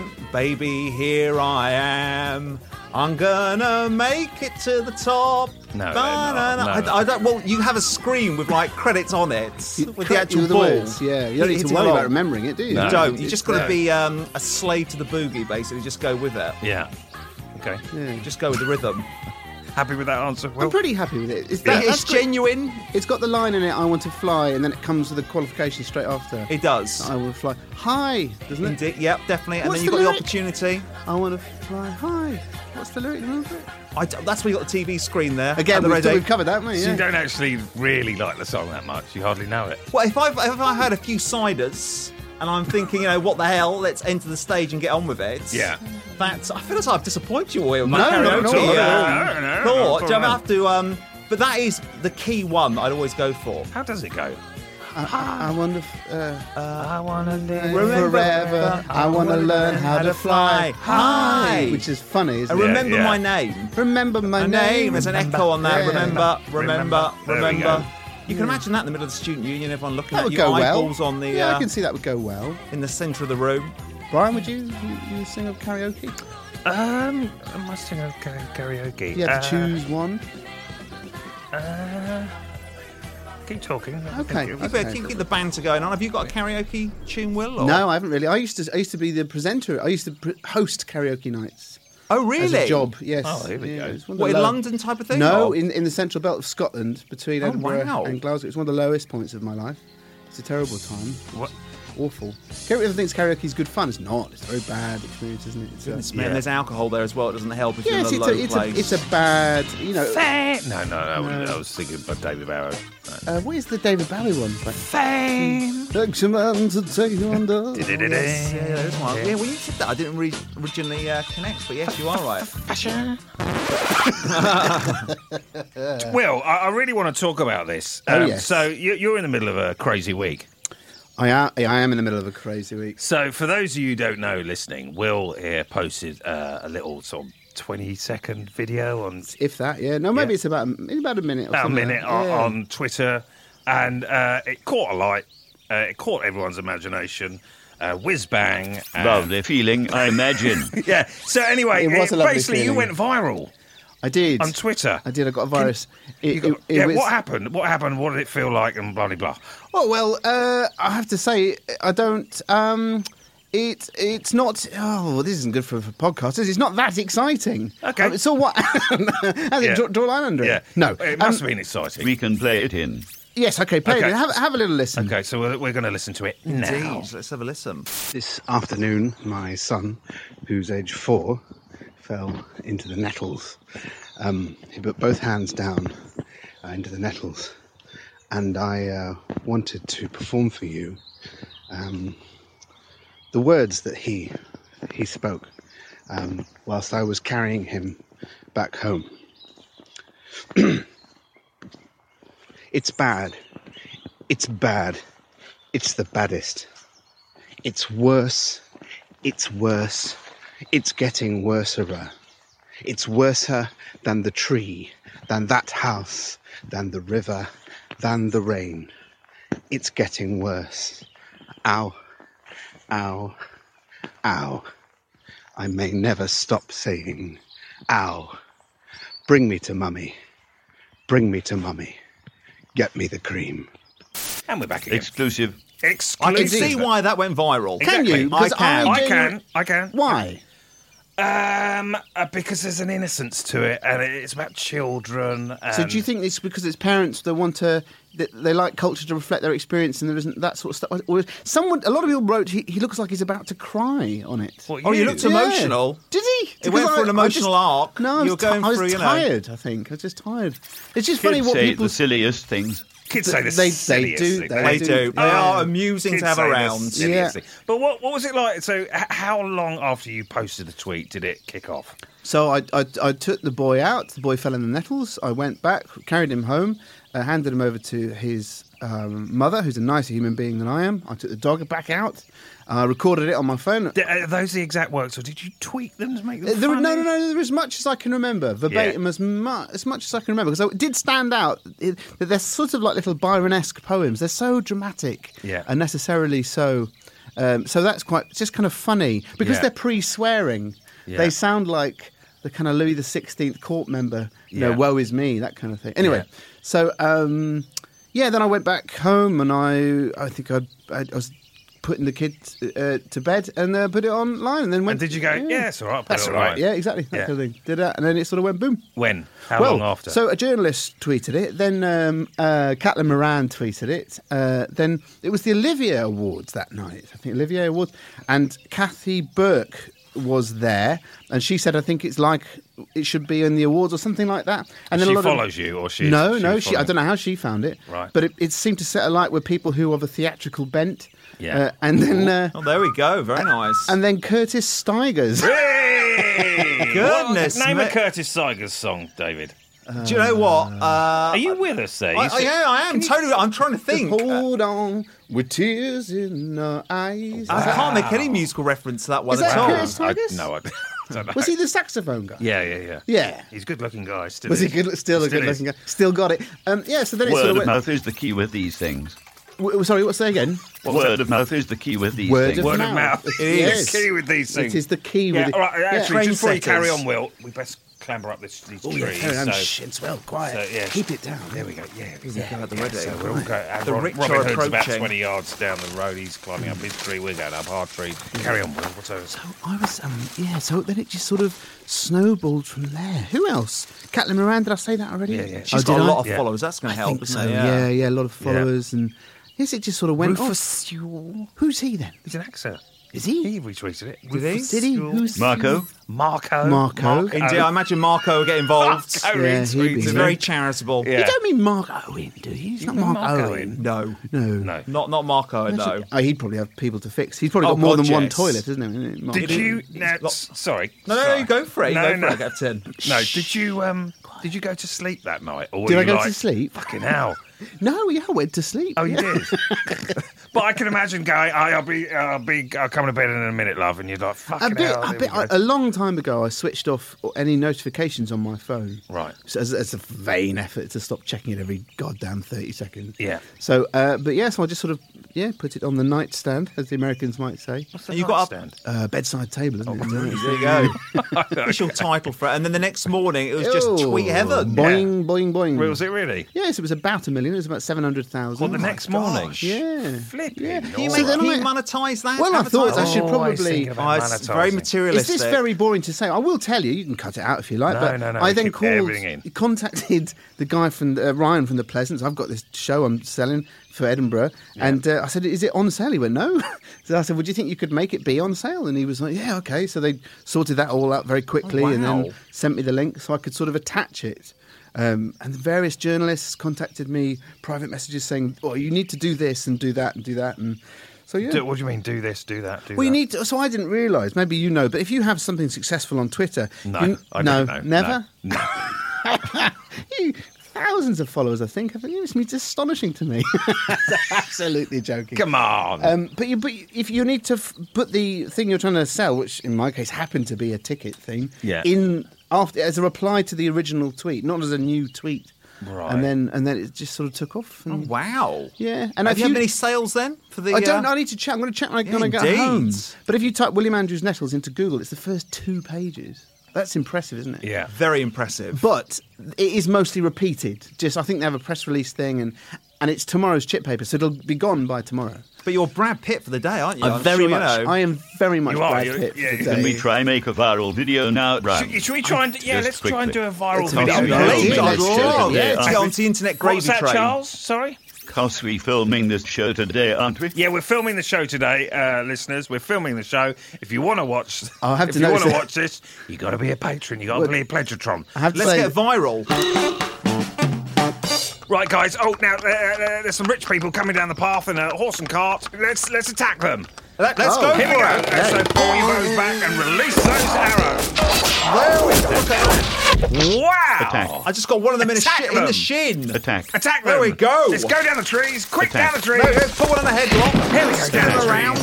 Speaker 4: um, baby, here I am. I'm gonna make it to the top.
Speaker 3: No, they're
Speaker 4: Ba-na-na.
Speaker 3: not. No.
Speaker 4: I, I don't. Well, you have a screen with like credits on it with the actual
Speaker 5: with the
Speaker 4: balls.
Speaker 5: words. Yeah. You don't need to worry about remembering it, do you?
Speaker 4: You
Speaker 3: No.
Speaker 4: don't. You
Speaker 5: It's-
Speaker 4: just got to
Speaker 3: no.
Speaker 4: be um, a slave to the boogie, basically. Just go with it.
Speaker 3: Yeah. Okay.
Speaker 5: yeah.
Speaker 4: Just go with the rhythm.
Speaker 3: Happy with that answer? Will?
Speaker 5: I'm pretty happy with it. It's,
Speaker 4: That
Speaker 5: that,
Speaker 4: is
Speaker 5: that's good.
Speaker 4: genuine.
Speaker 5: It's got the line in it, I want to fly, and then it comes with the qualification straight after.
Speaker 4: It does.
Speaker 5: I will fly high, doesn't Oh, it?
Speaker 4: Indeed. Yep, definitely. And
Speaker 5: What's
Speaker 4: then you've got
Speaker 5: the
Speaker 4: the
Speaker 5: lyric?
Speaker 4: opportunity.
Speaker 5: I want to fly high. What's the lyric? Remember it?
Speaker 4: I d- that's where you got the TV screen there. at
Speaker 5: Again,
Speaker 4: the
Speaker 5: we've,
Speaker 4: radio.
Speaker 5: we've covered that, mate.
Speaker 3: So you
Speaker 5: Yeah.
Speaker 3: don't actually really like the song that much. You hardly know it.
Speaker 4: Well, if I've if I had a few ciders and I'm thinking, you know, what the hell? Let's enter the stage and get on with it.
Speaker 3: Yeah.
Speaker 4: That's. I feel as though I've disappointed you all. with my
Speaker 5: No, not
Speaker 4: karaoke,
Speaker 5: at all, not at
Speaker 4: uh,
Speaker 3: all. No, no,
Speaker 4: thought.
Speaker 3: not at
Speaker 4: Do you ever
Speaker 3: all.
Speaker 4: have to? Um, but that is the key one that I'd always go for.
Speaker 3: How does it go?
Speaker 5: I, I want to f- uh,
Speaker 3: I wanna live
Speaker 5: Remember, forever. I want to learn how to fly
Speaker 4: high.
Speaker 5: high, which is
Speaker 4: I
Speaker 5: funny, isn't it?
Speaker 4: remember
Speaker 3: yeah.
Speaker 4: my name.
Speaker 5: Remember
Speaker 4: My
Speaker 5: my
Speaker 4: name. There's an echo on that.
Speaker 5: Yeah.
Speaker 4: Remember, remember,
Speaker 3: Remember. There we
Speaker 4: remember.
Speaker 3: go.
Speaker 4: You can imagine that in the middle of the student union, everyone looking at
Speaker 5: That would
Speaker 4: you,
Speaker 5: go well.
Speaker 4: eyeballs on the
Speaker 5: yeah,
Speaker 4: uh,
Speaker 5: I can see that would go well.
Speaker 4: in the centre of the room.
Speaker 5: Brian, would you you, you sing of karaoke?
Speaker 3: Um, I must sing a ka- karaoke.
Speaker 5: You have to
Speaker 3: Uh,
Speaker 5: choose one.
Speaker 3: Uh, keep talking.
Speaker 5: Okay.
Speaker 3: Thank
Speaker 4: You
Speaker 3: you.
Speaker 4: better
Speaker 5: Okay.
Speaker 4: keep, keep the banter going on. Have you got a karaoke tune, Will? Or?
Speaker 5: No, I haven't really. I used to I used to be the presenter. I used to pr- host karaoke nights
Speaker 4: Oh, really?
Speaker 5: as a job. Yes.
Speaker 3: Oh, here we
Speaker 5: Yeah,
Speaker 3: go.
Speaker 5: it's one of the
Speaker 4: What, in
Speaker 5: low-
Speaker 4: London type of thing?
Speaker 5: No,
Speaker 4: or-
Speaker 5: in, in the central belt of Scotland between
Speaker 4: Oh,
Speaker 5: Edinburgh
Speaker 4: wow.
Speaker 5: and Glasgow. It's one of the lowest points of my life. It's a terrible time.
Speaker 3: What?
Speaker 5: Awful. Everyone thinks karaoke is good fun. It's not. It's a very bad experience, isn't it? It's a,
Speaker 4: Goodness me,
Speaker 3: Yeah.
Speaker 4: and there's alcohol there as well. It doesn't help if you're in
Speaker 5: yes,
Speaker 4: a
Speaker 5: it's
Speaker 4: low
Speaker 5: a, it's, a,
Speaker 4: place.
Speaker 5: it's a bad, you know.
Speaker 3: No, no, no. I was thinking about David Barrow.
Speaker 5: Uh, where's the David Bowie one? Like,
Speaker 3: Fame.
Speaker 5: Takes a man to take you
Speaker 4: [laughs]
Speaker 5: under.
Speaker 4: Yes, yeah, there is one. Yeah, when you said that, I didn't re- originally uh, connect, but yes, you are right.
Speaker 3: Will, I, I really want to talk about this. Um,
Speaker 5: Oh, yes.
Speaker 3: So you, you're in the middle of a crazy week.
Speaker 5: I am, I am in the middle of a crazy week.
Speaker 3: So, for those of you who don't know listening, Will here posted uh, a little sort of 20 second video on
Speaker 5: If that, yeah. No, maybe
Speaker 3: Yeah.
Speaker 5: it's about a, it's about a minute. Or
Speaker 3: about a
Speaker 5: something
Speaker 3: minute
Speaker 5: like that.
Speaker 3: on,
Speaker 5: Yeah.
Speaker 3: on Twitter, and uh, it caught a light, uh, it caught everyone's imagination. Uh, whiz bang. and-
Speaker 6: Lovely feeling, I imagine.
Speaker 3: Yeah. So, anyway,
Speaker 5: It was a lovely
Speaker 3: basically, you
Speaker 5: feeling.
Speaker 3: went viral
Speaker 5: I did
Speaker 3: on Twitter.
Speaker 5: I did. I got a virus.
Speaker 3: You
Speaker 5: It-
Speaker 3: got-
Speaker 5: it- it
Speaker 3: yeah,
Speaker 5: was-
Speaker 3: what happened? What happened? What did it feel like? And blah, blah, blah.
Speaker 5: Oh well, uh, I have to say I don't. Um, it it's not. Oh, this isn't good for, for podcasters. It's not that exciting.
Speaker 3: Okay.
Speaker 5: Um, so what? [laughs] Has
Speaker 3: Yeah.
Speaker 5: it draw, draw a line under
Speaker 3: Yeah.
Speaker 5: it? No.
Speaker 3: It
Speaker 5: Um,
Speaker 3: must have been exciting.
Speaker 6: we can play it in.
Speaker 5: Yes, okay, play
Speaker 3: Okay.
Speaker 5: it. Have, have a little listen.
Speaker 3: Okay, so we're, we're going to listen to it now.
Speaker 4: Indeed. Let's have a listen.
Speaker 7: This afternoon, my son, who's age four, fell into the nettles. Um, he put both hands down uh, into the nettles, and I uh, wanted to perform for you um, the words that he he spoke um, whilst I was carrying him back home. [clears throat] it's bad. It's bad. It's the baddest. It's worse. It's worse. It's getting worser. It's worser than the tree, than that house, than the river, than the rain. It's getting worse. Ow. Ow. Ow. I may never stop saying, Ow. Bring me to mummy. Bring me to mummy. Get me the cream.
Speaker 3: And we're back again.
Speaker 6: Exclusive.
Speaker 4: I can
Speaker 3: Exclusive.
Speaker 4: see why that went viral.
Speaker 3: Can you?
Speaker 4: Exactly. I
Speaker 5: 'Cause I
Speaker 4: can.
Speaker 3: I
Speaker 5: Genuine-
Speaker 3: can. I can.
Speaker 5: Why?
Speaker 3: Um, uh, because there's an innocence to it, and it's about children. uh, And
Speaker 5: So do
Speaker 4: Um,
Speaker 5: you think it's because it's parents that want to that they like culture to reflect their experience and there isn't that sort of stuff? Or someone, a lot of people wrote he, he looks like he's about to cry on it.
Speaker 3: What,
Speaker 4: Oh, you
Speaker 3: you?
Speaker 4: looked
Speaker 5: Yeah.
Speaker 4: emotional.
Speaker 5: Did he?
Speaker 4: It went
Speaker 5: Because
Speaker 4: for an
Speaker 5: I- I just-
Speaker 4: emotional arc.
Speaker 5: No,
Speaker 4: you
Speaker 5: I was,
Speaker 4: were
Speaker 5: ti-
Speaker 4: going
Speaker 5: I was
Speaker 4: through, you know.
Speaker 5: tired. I think I was just tired. It's just funny
Speaker 6: Kids
Speaker 5: what
Speaker 6: say
Speaker 5: people
Speaker 6: the silliest things.
Speaker 3: Kids say the
Speaker 5: they- they
Speaker 3: silliest
Speaker 5: do,
Speaker 3: thing.
Speaker 4: They
Speaker 5: they
Speaker 4: do. They are
Speaker 5: Yeah.
Speaker 4: amusing
Speaker 3: Kids
Speaker 4: to have
Speaker 3: say the
Speaker 4: around.
Speaker 3: silliest
Speaker 5: Yeah.
Speaker 3: thing. But what what was it like? So h- how long after you posted the tweet did it kick off?
Speaker 5: So I, I, I took the boy out. The boy fell in the nettles. I went back, carried him home, uh, handed him over to his um, mother, who's a nicer human being than I am. I took the dog back out, uh, recorded it on my phone.
Speaker 3: D- uh, are those the exact words, or did you tweak them to make them?
Speaker 5: Uh, There, were-
Speaker 3: funny?
Speaker 5: no, no, no. There was much as I can remember, verbatim as much as much as I can remember, because it did stand out it- that they're sort of like little Byron-esque poems. They're so dramatic,
Speaker 3: Yeah.
Speaker 5: and necessarily so. Um, so that's quite it's just kind of funny because
Speaker 3: Yeah.
Speaker 5: they're pre-swearing.
Speaker 3: Yeah.
Speaker 5: They sound like the kind of Louis the Sixteenth court member. You know,
Speaker 3: Yeah.
Speaker 5: woe is me, that kind of thing. Anyway,
Speaker 3: Yeah.
Speaker 5: so um, yeah, then I went back home and I I think I'd, I, I was putting the kid uh, to bed and uh, put it online and then went.
Speaker 3: And did you go? Yeah, it's all right. put
Speaker 5: That's
Speaker 3: it
Speaker 5: all
Speaker 3: on
Speaker 5: right.
Speaker 3: mine."
Speaker 5: Yeah, exactly. That
Speaker 3: Yeah.
Speaker 5: kind of thing. Did that, and then it sort of went boom.
Speaker 3: When? How
Speaker 5: well,
Speaker 3: long after?
Speaker 5: So a journalist tweeted it. Then um, uh, Catelyn Moran tweeted it. Uh, then it was the Olivier Awards that night. I think Olivier Awards, and Kathy Burke was there, and she said, "I think it's like it should be in the awards or something like that." And
Speaker 3: She
Speaker 5: a lot of-
Speaker 3: follows you, or she-
Speaker 5: no,
Speaker 3: she
Speaker 5: no. She, I
Speaker 3: follows-
Speaker 5: don't know how she found it,
Speaker 3: Right.
Speaker 5: But it, it seemed to set alight with people who are of a theatrical bent.
Speaker 3: Yeah.
Speaker 5: Uh, and then uh,
Speaker 4: Oh, there we go. Very nice.
Speaker 5: and then Curtis Steigers. [laughs]
Speaker 3: Hey!
Speaker 4: Goodness
Speaker 3: Name
Speaker 4: me-
Speaker 3: a Curtis Seiger's song, David.
Speaker 4: Do you know what? Uh,
Speaker 3: Are you with us there? You
Speaker 4: I, I,
Speaker 5: oh,
Speaker 3: said-
Speaker 4: yeah, I am totally. I'm trying to think.
Speaker 5: Hold on, with tears in her eyes.
Speaker 4: I can't make any musical reference to that one
Speaker 5: Ah. Is that
Speaker 4: at all.
Speaker 5: Curtis?
Speaker 3: I,
Speaker 5: Seiger's?
Speaker 3: no, [laughs] I don't know.
Speaker 5: Was he the saxophone guy?
Speaker 3: Yeah, yeah, yeah.
Speaker 5: Yeah.
Speaker 3: He's a good looking guy, still.
Speaker 5: Was he
Speaker 3: is.
Speaker 5: good? Still a
Speaker 3: Still
Speaker 5: good
Speaker 3: is.
Speaker 5: looking guy. Still got it. Um, yeah. So then it
Speaker 6: Word
Speaker 5: sort
Speaker 6: of
Speaker 5: of went.
Speaker 6: mouth is the key with these things.
Speaker 5: W- sorry, what's that again?
Speaker 6: Word of mouth is the key with these
Speaker 5: Word
Speaker 6: things.
Speaker 5: of
Speaker 3: Word
Speaker 5: mouth.
Speaker 3: of mouth.
Speaker 5: It is.
Speaker 3: the key with these
Speaker 5: It
Speaker 3: things.
Speaker 5: is the key with
Speaker 3: yeah,
Speaker 5: it.
Speaker 3: all right,
Speaker 5: Yeah.
Speaker 3: actually,
Speaker 4: Train
Speaker 3: just before you
Speaker 4: setters.
Speaker 3: carry on, Will, we best clamber up this, these
Speaker 5: Oh, yeah,
Speaker 3: trees.
Speaker 5: carry on.
Speaker 3: so-
Speaker 5: Shh, it's well quiet.
Speaker 3: so, yeah.
Speaker 5: Keep it down.
Speaker 3: There we go. Yeah,
Speaker 4: go
Speaker 3: yeah,
Speaker 4: at the
Speaker 3: yeah,
Speaker 4: ready.
Speaker 3: So we're all going. and
Speaker 4: The
Speaker 3: Ro-
Speaker 4: rich
Speaker 3: Robin
Speaker 4: are
Speaker 3: Hood's about
Speaker 4: approaching.
Speaker 3: twenty yards down the road. He's climbing up his tree. We're going up our tree. Carry on, Will. What's over?
Speaker 5: I was, um, yeah. So then it just sort of snowballed from there. Who else? Catelyn Moran. Did I say that already?
Speaker 3: Yeah, yeah.
Speaker 4: She's
Speaker 5: oh,
Speaker 4: got
Speaker 5: did
Speaker 4: a
Speaker 5: I?
Speaker 4: lot of
Speaker 3: Yeah.
Speaker 4: followers. That's going
Speaker 5: I
Speaker 4: to help.
Speaker 5: think
Speaker 4: isn't
Speaker 5: so.
Speaker 4: it?
Speaker 5: Yeah. yeah, a lot of followers, and yes, it just sort of went
Speaker 4: Rufus
Speaker 5: off. Who's he then?
Speaker 3: He's an actor.
Speaker 5: Is he?
Speaker 3: He retweeted it.
Speaker 4: Did he?
Speaker 5: Did he? Who's
Speaker 6: Marco,
Speaker 3: Marco.
Speaker 5: Marco.
Speaker 4: Indeed, I imagine Marco will get involved.
Speaker 3: Marco
Speaker 5: Oh. [laughs] Yeah, he'd be
Speaker 3: retweeted
Speaker 4: He's
Speaker 3: it.
Speaker 5: in.
Speaker 4: very charitable.
Speaker 3: Yeah.
Speaker 5: You don't mean Mark Owen, do you? It's not
Speaker 3: mean
Speaker 5: Mark,
Speaker 3: Mark
Speaker 5: Owen.
Speaker 3: Owen?
Speaker 4: No,
Speaker 5: No.
Speaker 3: No.
Speaker 4: not not Marco. No.
Speaker 5: Oh, he'd probably have people to fix. He's probably
Speaker 4: Oh,
Speaker 5: got more
Speaker 4: God,
Speaker 5: than one
Speaker 4: yes.
Speaker 5: toilet, isn't he? Mark?
Speaker 3: Did you? Now,
Speaker 4: got-
Speaker 3: s- sorry.
Speaker 4: No, no, no,
Speaker 3: sorry.
Speaker 4: you go for it. You
Speaker 3: No,
Speaker 4: go for
Speaker 3: no.
Speaker 4: it. Get up
Speaker 5: [laughs]
Speaker 4: ten.
Speaker 3: No, did you um did you go to sleep that night? Or were
Speaker 5: Did I
Speaker 3: you
Speaker 5: go
Speaker 3: like,
Speaker 5: to sleep?
Speaker 3: Fucking hell!
Speaker 5: No, yeah, I went to sleep.
Speaker 3: Oh, you
Speaker 5: yeah.
Speaker 3: did. but I can imagine going. I, I'll be, I'll be, I'll come to bed in a minute, love, and you're like,
Speaker 5: A
Speaker 3: fucking
Speaker 5: bit,
Speaker 3: hell.
Speaker 5: a,
Speaker 3: here
Speaker 5: bit,
Speaker 3: we go.
Speaker 5: a long time ago, I switched off any notifications on my phone.
Speaker 3: Right.
Speaker 5: So as, as a vain effort to stop checking it every goddamn 30 seconds.
Speaker 3: Yeah.
Speaker 5: So, uh, but yes, I just sort of yeah, put it on the nightstand, as the Americans might say.
Speaker 4: And you got up.
Speaker 5: Uh, bedside table, isn't
Speaker 3: Oh, [laughs]
Speaker 5: it?
Speaker 4: There you go.
Speaker 5: [laughs]
Speaker 4: Official title for it. And then the next morning, it was just
Speaker 5: Oh,
Speaker 4: tweet havoc.
Speaker 5: Boing, boing, boing.
Speaker 3: Was it really?
Speaker 5: Yes, it was about a million. It was about seven hundred thousand.
Speaker 3: On the next morning.
Speaker 5: Oh Yeah.
Speaker 3: Flipping.
Speaker 5: Yeah.
Speaker 3: Yeah.
Speaker 5: Can
Speaker 4: You
Speaker 5: So
Speaker 4: make,
Speaker 5: then
Speaker 4: can you
Speaker 5: I-
Speaker 4: monetize that?
Speaker 5: Well, I thought I
Speaker 4: Advertise
Speaker 5: should
Speaker 4: it?
Speaker 3: Always
Speaker 5: probably-
Speaker 3: think about
Speaker 4: Oh, it's very
Speaker 3: monetising.
Speaker 4: materialistic.
Speaker 5: Is this very boring to say? I will tell you. You can cut it out if you like.
Speaker 3: No,
Speaker 5: but
Speaker 3: no, no,
Speaker 5: I
Speaker 3: you
Speaker 5: then
Speaker 3: keep
Speaker 5: called,
Speaker 3: everything in.
Speaker 5: contacted the guy from the, uh, Ryan from the Pleasance. I've got this show I'm selling for Edinburgh, and uh, I said, "Is it on sale?" He went, "No." [laughs] So I said, "Well, do you think you could make it be on sale?" And he was like, "Yeah, okay." So they sorted that all out very quickly, and
Speaker 3: wow.
Speaker 5: then sent me the link so I could sort of attach it. Um, and various journalists contacted me, private messages saying, "Oh, you need to do this and do that and do that." And so yeah,
Speaker 3: Do, what do you mean? Do this, do that, do
Speaker 5: well, you
Speaker 3: that?
Speaker 5: need to, so I didn't realise. Maybe you know, but if you have something successful on Twitter,
Speaker 3: No,
Speaker 5: you-
Speaker 3: I
Speaker 5: no,
Speaker 3: don't know.
Speaker 5: never.
Speaker 3: No. No.
Speaker 5: You, thousands of followers, I think. haven't you? It's me- astonishing to me. [laughs] Absolutely joking.
Speaker 3: Come on.
Speaker 5: Um, but you, but if you need to f- put the thing you're trying to sell, which in my case happened to be a ticket thing,
Speaker 3: Yeah.
Speaker 5: in after as a reply to the original tweet, not as a new tweet.
Speaker 3: Right. Oh,
Speaker 5: And then and then it just sort of took off. And,
Speaker 4: Wow.
Speaker 5: Yeah. And
Speaker 4: And have
Speaker 5: if
Speaker 4: you
Speaker 5: you-
Speaker 4: had any sales then for the?
Speaker 5: I don't.
Speaker 4: uh,
Speaker 5: I need to check. I'm going to check when I,
Speaker 4: Yeah,
Speaker 5: when I get
Speaker 4: indeed.
Speaker 5: home. But if you type William Andrews Nettles into Google, it's the first two pages. That's impressive, isn't it?
Speaker 3: yeah.
Speaker 4: Very impressive.
Speaker 5: But it is mostly repeated. Just I think they have a press release thing, and and it's tomorrow's chip paper, so it'll be gone by tomorrow.
Speaker 4: But you're Brad Pitt for the day, aren't you?
Speaker 5: I
Speaker 4: I'm
Speaker 5: very
Speaker 4: sure you
Speaker 5: much.
Speaker 4: know.
Speaker 5: I am very much
Speaker 3: You are,
Speaker 5: Brad
Speaker 3: you-
Speaker 5: Pitt for
Speaker 3: yeah,
Speaker 5: the
Speaker 3: yeah.
Speaker 6: Can we
Speaker 5: day.
Speaker 6: try and make a viral video now? Ram?
Speaker 3: Should, should we try and yeah?
Speaker 6: Just
Speaker 3: let's try and do
Speaker 6: quickly.
Speaker 3: a viral
Speaker 5: It's
Speaker 3: video.
Speaker 5: a
Speaker 4: Oh,
Speaker 5: video.
Speaker 3: now.
Speaker 5: Let's
Speaker 4: please,
Speaker 5: do it,
Speaker 4: I'd
Speaker 5: let's do it,
Speaker 4: love
Speaker 5: yeah.
Speaker 4: to get onto the internet gravy
Speaker 3: What's that,
Speaker 4: train.
Speaker 3: Charles? Sorry.
Speaker 6: Because we filming this show today, aren't we?
Speaker 3: Yeah, we're filming the show today, uh, listeners. We're filming the show. If you want to watch,
Speaker 5: I'll have
Speaker 3: if
Speaker 5: to
Speaker 3: you
Speaker 5: notice
Speaker 3: want to
Speaker 5: that-
Speaker 3: watch this, you got to be a patron. You got to be a Pledgertron.
Speaker 5: I have to
Speaker 4: Let's
Speaker 5: say,
Speaker 4: get viral.
Speaker 3: Right, guys. Oh, now uh, uh, there's some rich people coming down the path in a horse and cart. Let's let's attack them.
Speaker 4: Let, us go for
Speaker 3: Here we go.
Speaker 4: it.
Speaker 3: Uh, so pull your bows back and release those arrows. Wow!
Speaker 6: Attack.
Speaker 4: I just got one of them in, a
Speaker 3: Attack
Speaker 4: shi- in the
Speaker 3: them.
Speaker 4: shin.
Speaker 6: Attack.
Speaker 3: Attack them.
Speaker 4: There we go.
Speaker 3: Let's go down the trees. Quick
Speaker 6: Attack.
Speaker 3: down the
Speaker 4: No,
Speaker 3: trees.
Speaker 4: no, put one on the headlock.
Speaker 3: Here we go,
Speaker 4: Stand
Speaker 3: down the
Speaker 4: around.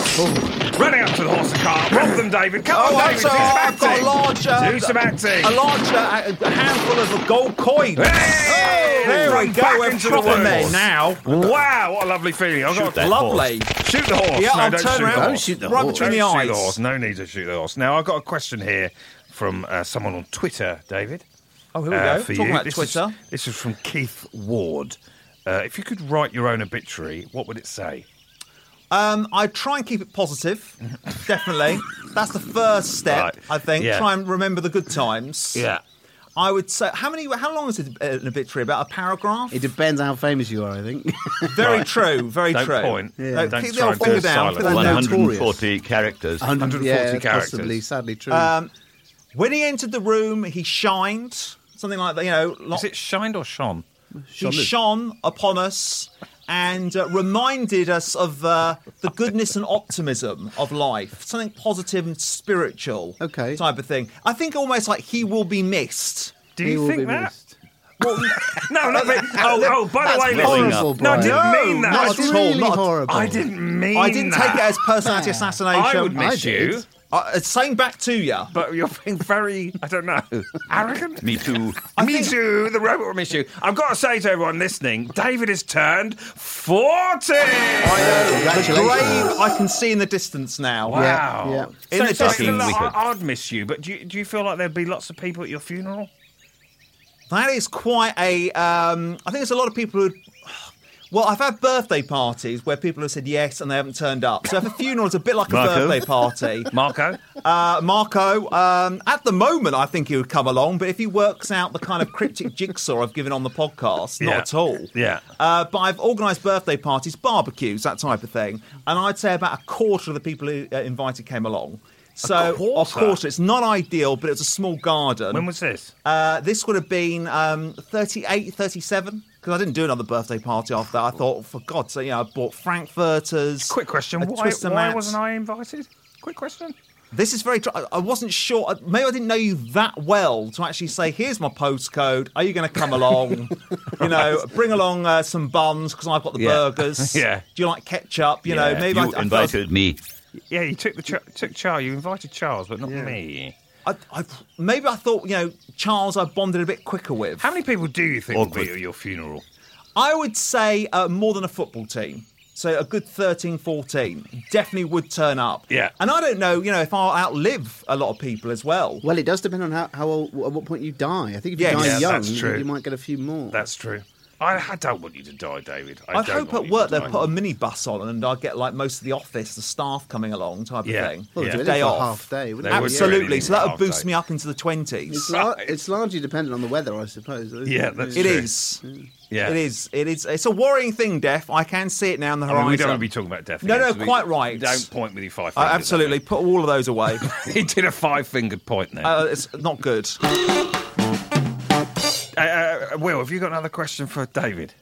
Speaker 3: trees. Running up to the horse and cart. Rob them, David. Come
Speaker 4: Oh,
Speaker 3: on,
Speaker 4: I'm
Speaker 3: David.
Speaker 4: sorry.
Speaker 3: Do some
Speaker 4: I've got a
Speaker 3: acting.
Speaker 4: large, uh,
Speaker 3: Do some acting.
Speaker 4: a large uh, a handful of gold coins.
Speaker 3: Hey!
Speaker 4: There we
Speaker 3: Run
Speaker 4: go.
Speaker 3: back
Speaker 4: We're
Speaker 3: into the
Speaker 4: proper men
Speaker 3: woods.
Speaker 4: now.
Speaker 3: Wow, what a lovely feeling. I've got
Speaker 6: Shoot that
Speaker 4: Lovely.
Speaker 3: Shoot the horse.
Speaker 4: Yeah,
Speaker 3: no,
Speaker 4: I'll
Speaker 3: don't
Speaker 4: turn
Speaker 3: shoot
Speaker 4: around.
Speaker 3: The
Speaker 4: Don't
Speaker 3: horse.
Speaker 4: shoot the Right horse. between the
Speaker 3: Don't shoot
Speaker 4: eyes.
Speaker 3: horse. No need to shoot the horse. Now, I've got a question here from uh, someone on Twitter, David.
Speaker 4: Oh, here we
Speaker 3: uh,
Speaker 4: go.
Speaker 3: for
Speaker 4: Talking
Speaker 3: you.
Speaker 4: about
Speaker 3: this
Speaker 4: Twitter.
Speaker 3: Is, this is from Keith Ward. Uh, if you could write your own obituary, what would it say?
Speaker 4: Um, I try and keep it positive, definitely. That's the first step,
Speaker 3: Right.
Speaker 4: I think.
Speaker 3: Yeah.
Speaker 4: Try and remember the good times. I would say how many? How long is it, uh, an obituary? About a paragraph.
Speaker 5: It depends how famous you are. I
Speaker 3: [laughs]
Speaker 5: think.
Speaker 4: very true. Very
Speaker 3: Don't
Speaker 4: true.
Speaker 3: point.
Speaker 4: No,
Speaker 3: Yeah. Don't
Speaker 4: keep the
Speaker 3: try
Speaker 4: old
Speaker 3: and do
Speaker 4: finger
Speaker 3: it
Speaker 4: down.
Speaker 3: silent.
Speaker 4: Put that down.
Speaker 6: 140 characters.
Speaker 3: 140
Speaker 5: yeah,
Speaker 3: characters.
Speaker 5: possibly. Sadly, true.
Speaker 4: Um, when he entered the room, he shined. Something like that. You know, lo-
Speaker 3: Is it shined or shone?
Speaker 4: he shone upon us and uh, reminded us of uh, the goodness and optimism of life, something positive and spiritual,
Speaker 5: Okay.
Speaker 4: type of thing. I think almost like he will be missed.
Speaker 3: Do
Speaker 5: He
Speaker 3: you
Speaker 5: will
Speaker 3: think
Speaker 5: be
Speaker 3: that?
Speaker 5: missed.
Speaker 4: Well,
Speaker 3: No, not me. Oh, oh, by the way,
Speaker 6: blowing
Speaker 3: listeners.
Speaker 6: up.
Speaker 5: horrible,
Speaker 3: No, I
Speaker 5: Brian.
Speaker 3: didn't
Speaker 4: No,
Speaker 3: mean that.
Speaker 4: not
Speaker 3: I
Speaker 5: That's
Speaker 4: at
Speaker 3: didn't-
Speaker 4: all,
Speaker 5: really
Speaker 4: not at-
Speaker 5: horrible.
Speaker 3: I didn't mean
Speaker 4: I didn't
Speaker 3: that.
Speaker 4: take it as [laughs] personality assassination.
Speaker 3: I would
Speaker 5: I
Speaker 3: miss
Speaker 5: did.
Speaker 3: you,
Speaker 4: Uh, same back to you.
Speaker 3: but you're being very, I don't know, [laughs] arrogant.
Speaker 6: Me too.
Speaker 3: Me too. The robot will miss you. I've got to say to everyone listening, David has turned 40.
Speaker 4: The grave I can see in the distance now.
Speaker 3: Wow.
Speaker 5: yeah.
Speaker 4: In the
Speaker 3: so,
Speaker 4: distance.
Speaker 3: I, I'd miss you, but do you, do you feel like there'd be lots of people at your funeral?
Speaker 4: That is quite a. Um, I think there's a lot of people who. Well, I've had birthday parties where people have said yes and they haven't turned up. So if a funeral is a bit like a
Speaker 6: Marco?
Speaker 4: birthday party,
Speaker 3: [laughs]
Speaker 4: [laughs]
Speaker 3: Marco?
Speaker 4: uh, Marco, um, at the moment, I think he would come along. But if he works out the kind of cryptic jigsaw I've given on the podcast, not
Speaker 3: Yeah.
Speaker 4: at all.
Speaker 3: Yeah.
Speaker 4: Uh, but I've organised birthday parties, barbecues, that type of thing, and I'd say about a quarter of the people who uh, invited came along. So, of
Speaker 3: quarter?
Speaker 4: course, it's not ideal, but it was a small garden.
Speaker 3: When was this?
Speaker 4: Uh, this would have been um, 38, 37, because I didn't do another birthday party after that. I thought, "Oh, for God's sake, you know, I bought Frankfurters.
Speaker 3: Quick question.
Speaker 4: a
Speaker 3: Why,
Speaker 4: Twister
Speaker 3: why
Speaker 4: mat.
Speaker 3: wasn't I invited? Quick question.
Speaker 4: This is very. tr- I- I wasn't sure. I- Maybe I didn't know you that well to actually say, "Here's my postcode. Are you going
Speaker 3: [laughs]
Speaker 4: to come along? you know, bring along uh, some buns because I've got the
Speaker 3: Yeah.
Speaker 4: burgers.
Speaker 3: [laughs] Yeah.
Speaker 4: Do you like ketchup? You know,
Speaker 6: Yeah,
Speaker 4: maybe
Speaker 6: you
Speaker 4: I,
Speaker 6: invited me.
Speaker 3: Yeah, you took the Ch- took Charles. You invited Charles, but not me.
Speaker 4: I, thought- I, I maybe I thought you know Charles. I bonded a bit quicker with.
Speaker 3: How many people do you think will be
Speaker 6: Awkward.
Speaker 3: at your funeral?
Speaker 4: I would say uh, more than a football team. So a good 13, 14 definitely would turn up.
Speaker 3: Yeah.
Speaker 4: And I don't know, you know, if I'll outlive a lot of people as well.
Speaker 5: Well, it does depend on how, how old, at what point you die. I think if you
Speaker 4: Yeah,
Speaker 5: die
Speaker 4: yeah,
Speaker 5: young,
Speaker 3: that's true.
Speaker 5: you might get a few more.
Speaker 3: That's true. I, I don't want you to die, David. I,
Speaker 4: I
Speaker 3: don't
Speaker 4: hope
Speaker 3: want
Speaker 4: at
Speaker 3: you
Speaker 4: work
Speaker 3: to
Speaker 4: they'll
Speaker 3: die.
Speaker 4: put a minibus on and I'll get like most of the office, the staff coming along type
Speaker 3: Yeah.
Speaker 4: of thing.
Speaker 5: well,
Speaker 3: yeah.
Speaker 5: do it
Speaker 4: Day
Speaker 5: for
Speaker 4: off.
Speaker 5: half day. wouldn't
Speaker 3: They
Speaker 5: it?
Speaker 3: would
Speaker 4: Absolutely.
Speaker 3: really
Speaker 4: so that
Speaker 3: half
Speaker 4: would boost
Speaker 3: day.
Speaker 4: me up into the 20s.
Speaker 5: It's, lar- it's largely dependent on the weather, I suppose. isn't
Speaker 3: Yeah,
Speaker 5: it?
Speaker 3: that's
Speaker 4: It
Speaker 3: true.
Speaker 4: is.
Speaker 3: Yeah.
Speaker 4: It is. It is. It's a worrying thing, Death. I can see it now on the
Speaker 3: I
Speaker 4: horizon.
Speaker 3: mean, we don't want to be talking about death.
Speaker 4: No,
Speaker 3: again,
Speaker 4: no,
Speaker 3: so we-
Speaker 4: quite right.
Speaker 3: Don't point with your five
Speaker 4: Uh,
Speaker 3: fingers. at
Speaker 4: absolutely. Put all of those away.
Speaker 3: me. [laughs] He did a five fingered point there.
Speaker 4: uh, it's not good.
Speaker 3: Uh, uh, Will, have you got another question for David?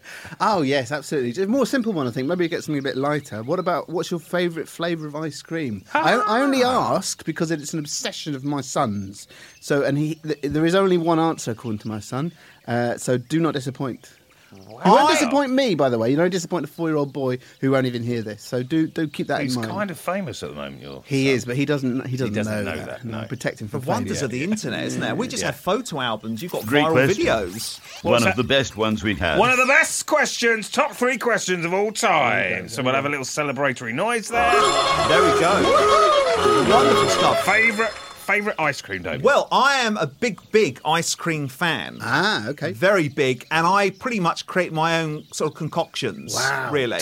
Speaker 5: Oh yes, absolutely. Just a more simple one, I think. Maybe get something a bit lighter. What about what's your favourite flavour of ice cream? I,
Speaker 3: Ah.
Speaker 5: I only ask because it's an obsession of my son's. So, and he, th- there is only one answer according to my son. Uh, so, do not disappoint. You won't
Speaker 4: I-
Speaker 5: disappoint me, by the way. You don't disappoint a four-year-old boy who won't even hear this. So, do do keep that
Speaker 3: He's
Speaker 5: in mind.
Speaker 3: kind of famous at the moment. Your
Speaker 5: he
Speaker 3: son.
Speaker 5: is, but he doesn't. He doesn't,
Speaker 3: doesn't know
Speaker 5: know,
Speaker 3: that,
Speaker 5: that. No,
Speaker 3: no.
Speaker 5: protect him
Speaker 4: The
Speaker 5: from
Speaker 4: wonders
Speaker 5: failure.
Speaker 4: of the internet, isn't there? We just
Speaker 3: Yeah.
Speaker 4: have photo albums. You've got
Speaker 6: Great
Speaker 4: viral
Speaker 6: question.
Speaker 4: videos.
Speaker 6: One
Speaker 3: What's that?
Speaker 6: of the best ones we've had.
Speaker 3: One of the best questions, top three questions of all time. So we'll have a little celebratory noise
Speaker 4: [gasps]
Speaker 3: there.
Speaker 4: There we go. Wonderful stuff.
Speaker 3: Favorite, favorite ice cream, David.
Speaker 4: Well, I am a big, big ice cream fan.
Speaker 5: Ah, okay.
Speaker 4: Very big, and I pretty much create my own sort of concoctions.
Speaker 5: Wow.
Speaker 3: [laughs]
Speaker 4: Really.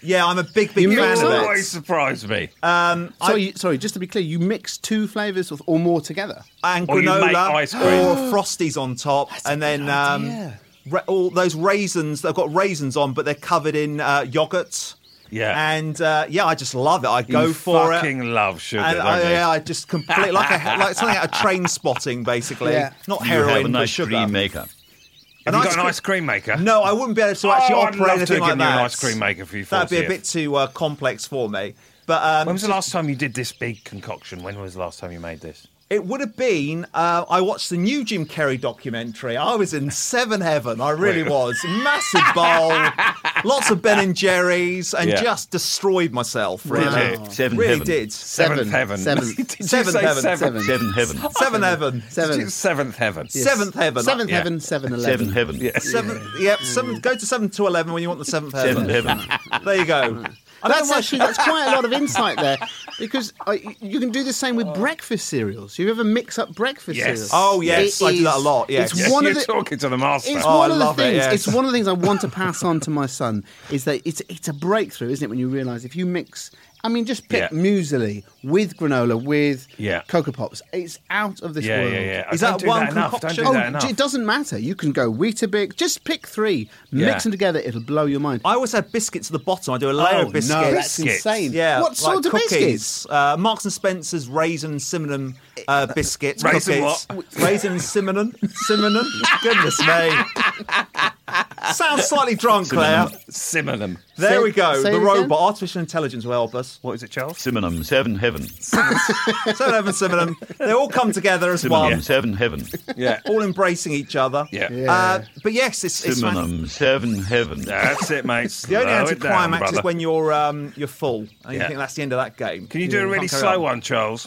Speaker 4: Yeah, I'm a big, big
Speaker 5: You
Speaker 4: fan
Speaker 5: mix
Speaker 4: of Uh,
Speaker 5: up.
Speaker 4: it.
Speaker 3: always surprise me.
Speaker 5: So, you, sorry, just to be clear, you mix two flavours or- or more together.
Speaker 4: and
Speaker 3: Or you make
Speaker 4: granola
Speaker 3: ice cream.
Speaker 4: or frosties on top, and then um,
Speaker 5: idea.
Speaker 4: ra- all those raisins. They've got raisins on, but they're covered in uh, yogurt.
Speaker 3: Yeah.
Speaker 4: and uh, yeah, I just love it. I go
Speaker 3: you
Speaker 4: for
Speaker 3: fucking
Speaker 4: it.
Speaker 3: love sugar,
Speaker 4: And
Speaker 3: don't
Speaker 4: I,
Speaker 3: you?
Speaker 4: yeah, I just complete like a, like something out
Speaker 3: [laughs]
Speaker 4: of train spotting, basically.
Speaker 5: Yeah.
Speaker 4: Not
Speaker 6: you
Speaker 4: heroin,
Speaker 6: have an
Speaker 4: but
Speaker 6: ice
Speaker 4: sugar.
Speaker 6: cream maker.
Speaker 3: Have
Speaker 4: an
Speaker 3: you
Speaker 4: ice
Speaker 3: got an
Speaker 4: cre-
Speaker 3: ice cream maker?
Speaker 4: No, I wouldn't be able to actually
Speaker 3: Oh, I'd
Speaker 4: operate
Speaker 3: love to
Speaker 4: anything
Speaker 3: have
Speaker 4: like
Speaker 3: given you
Speaker 4: that.
Speaker 3: an ice cream maker for your
Speaker 4: That'd be a
Speaker 3: 40th.
Speaker 4: bit too uh, complex for me. But um,
Speaker 3: When was the last time you did this big concoction? When was the last time you made this?
Speaker 4: It would have been. Uh, I watched the new Jim Carrey documentary. I was in seven heaven. I really
Speaker 3: Wait.
Speaker 4: was. Massive bowl,
Speaker 3: [laughs]
Speaker 4: lots of Ben and Jerry's, and
Speaker 3: Yeah.
Speaker 4: just destroyed myself. Really, Oh.
Speaker 5: Wow.
Speaker 6: Seven
Speaker 4: really
Speaker 6: heaven.
Speaker 4: did.
Speaker 3: Seventh heaven.
Speaker 5: Seventh.
Speaker 3: [laughs] Did you
Speaker 4: Seventh
Speaker 3: say
Speaker 4: heaven.
Speaker 3: seventh?
Speaker 5: Seven.
Speaker 6: Seven heaven.
Speaker 4: Seven heaven.
Speaker 3: Did
Speaker 5: Seven.
Speaker 3: you- Seventh heaven.
Speaker 5: Yes.
Speaker 4: Seventh heaven.
Speaker 5: Seventh
Speaker 3: Yeah.
Speaker 5: heaven, seven eleven.
Speaker 6: Seven heaven.
Speaker 4: Seven. Yep. Seven. Go to seven to eleven when you want the seventh heaven.
Speaker 6: Seven heaven.
Speaker 4: There you go. I don't
Speaker 5: That's
Speaker 4: know why-
Speaker 5: actually that's quite a lot of insight there, because I, you can do the same with breakfast cereals. You ever mix up breakfast
Speaker 3: Yes.
Speaker 5: cereals?
Speaker 4: Oh, yes, I do that a lot, yes.
Speaker 5: it's
Speaker 3: Yes,
Speaker 5: one
Speaker 3: you're
Speaker 5: of the
Speaker 3: talking to the master.
Speaker 5: it's
Speaker 4: Oh,
Speaker 5: one
Speaker 4: I
Speaker 5: of the
Speaker 4: love it,
Speaker 5: things.
Speaker 4: yes.
Speaker 5: It's one of the things I want to pass on to my son. Is that it's it's a breakthrough, isn't it? When you realise if you mix, I mean, just pick
Speaker 3: Yeah.
Speaker 5: muesli with granola with
Speaker 3: Yeah.
Speaker 5: cocoa pops. It's out of this
Speaker 3: yeah,
Speaker 5: world.
Speaker 3: yeah, yeah. I
Speaker 4: Is that
Speaker 3: don't do
Speaker 4: one
Speaker 3: that enough. Don't do
Speaker 4: concoction?
Speaker 5: Oh,
Speaker 3: that enough.
Speaker 5: it doesn't matter. You can go Weetabix. Just pick three,
Speaker 3: Yeah.
Speaker 5: mix them together. It'll blow your mind.
Speaker 4: I always have biscuits at the bottom. I do a layer
Speaker 5: Oh,
Speaker 4: of biscuits.
Speaker 5: No, that's
Speaker 3: Biscuits.
Speaker 5: insane.
Speaker 4: Yeah,
Speaker 5: What
Speaker 4: like
Speaker 5: sort of
Speaker 4: cookies.
Speaker 5: biscuits?
Speaker 4: Uh, Marks and Spencer's raisin cinnamon uh, biscuits.
Speaker 3: Raisin
Speaker 4: cookies. Raisin cinnamon. Cinnamon. Goodness me. Sounds slightly drunk, Claire.
Speaker 3: Simmer them.
Speaker 4: There
Speaker 5: Say-
Speaker 4: we go.
Speaker 5: say
Speaker 4: The
Speaker 5: it again?
Speaker 4: robot, artificial intelligence will help us.
Speaker 3: What is it, Charles?
Speaker 6: Simonum, seven heaven.
Speaker 4: Cinnamon, and cinnamon. They all come together as
Speaker 6: Simonum,
Speaker 4: one,
Speaker 6: seven heaven.
Speaker 3: Yeah.
Speaker 4: all embracing each other.
Speaker 3: Yeah.
Speaker 4: Uh, but yes, it's, it's fan-
Speaker 6: Simonum, seven heaven.
Speaker 3: That's it, mates.
Speaker 4: [laughs] the only
Speaker 3: Slow it down,
Speaker 4: anticlimax is
Speaker 3: brother.
Speaker 4: when you're um, you're full and you
Speaker 3: Yeah.
Speaker 4: think that's the end of that game.
Speaker 3: Can you do a
Speaker 4: Yeah.
Speaker 3: really
Speaker 4: Can't carry
Speaker 3: slow
Speaker 4: on.
Speaker 3: one, Charles?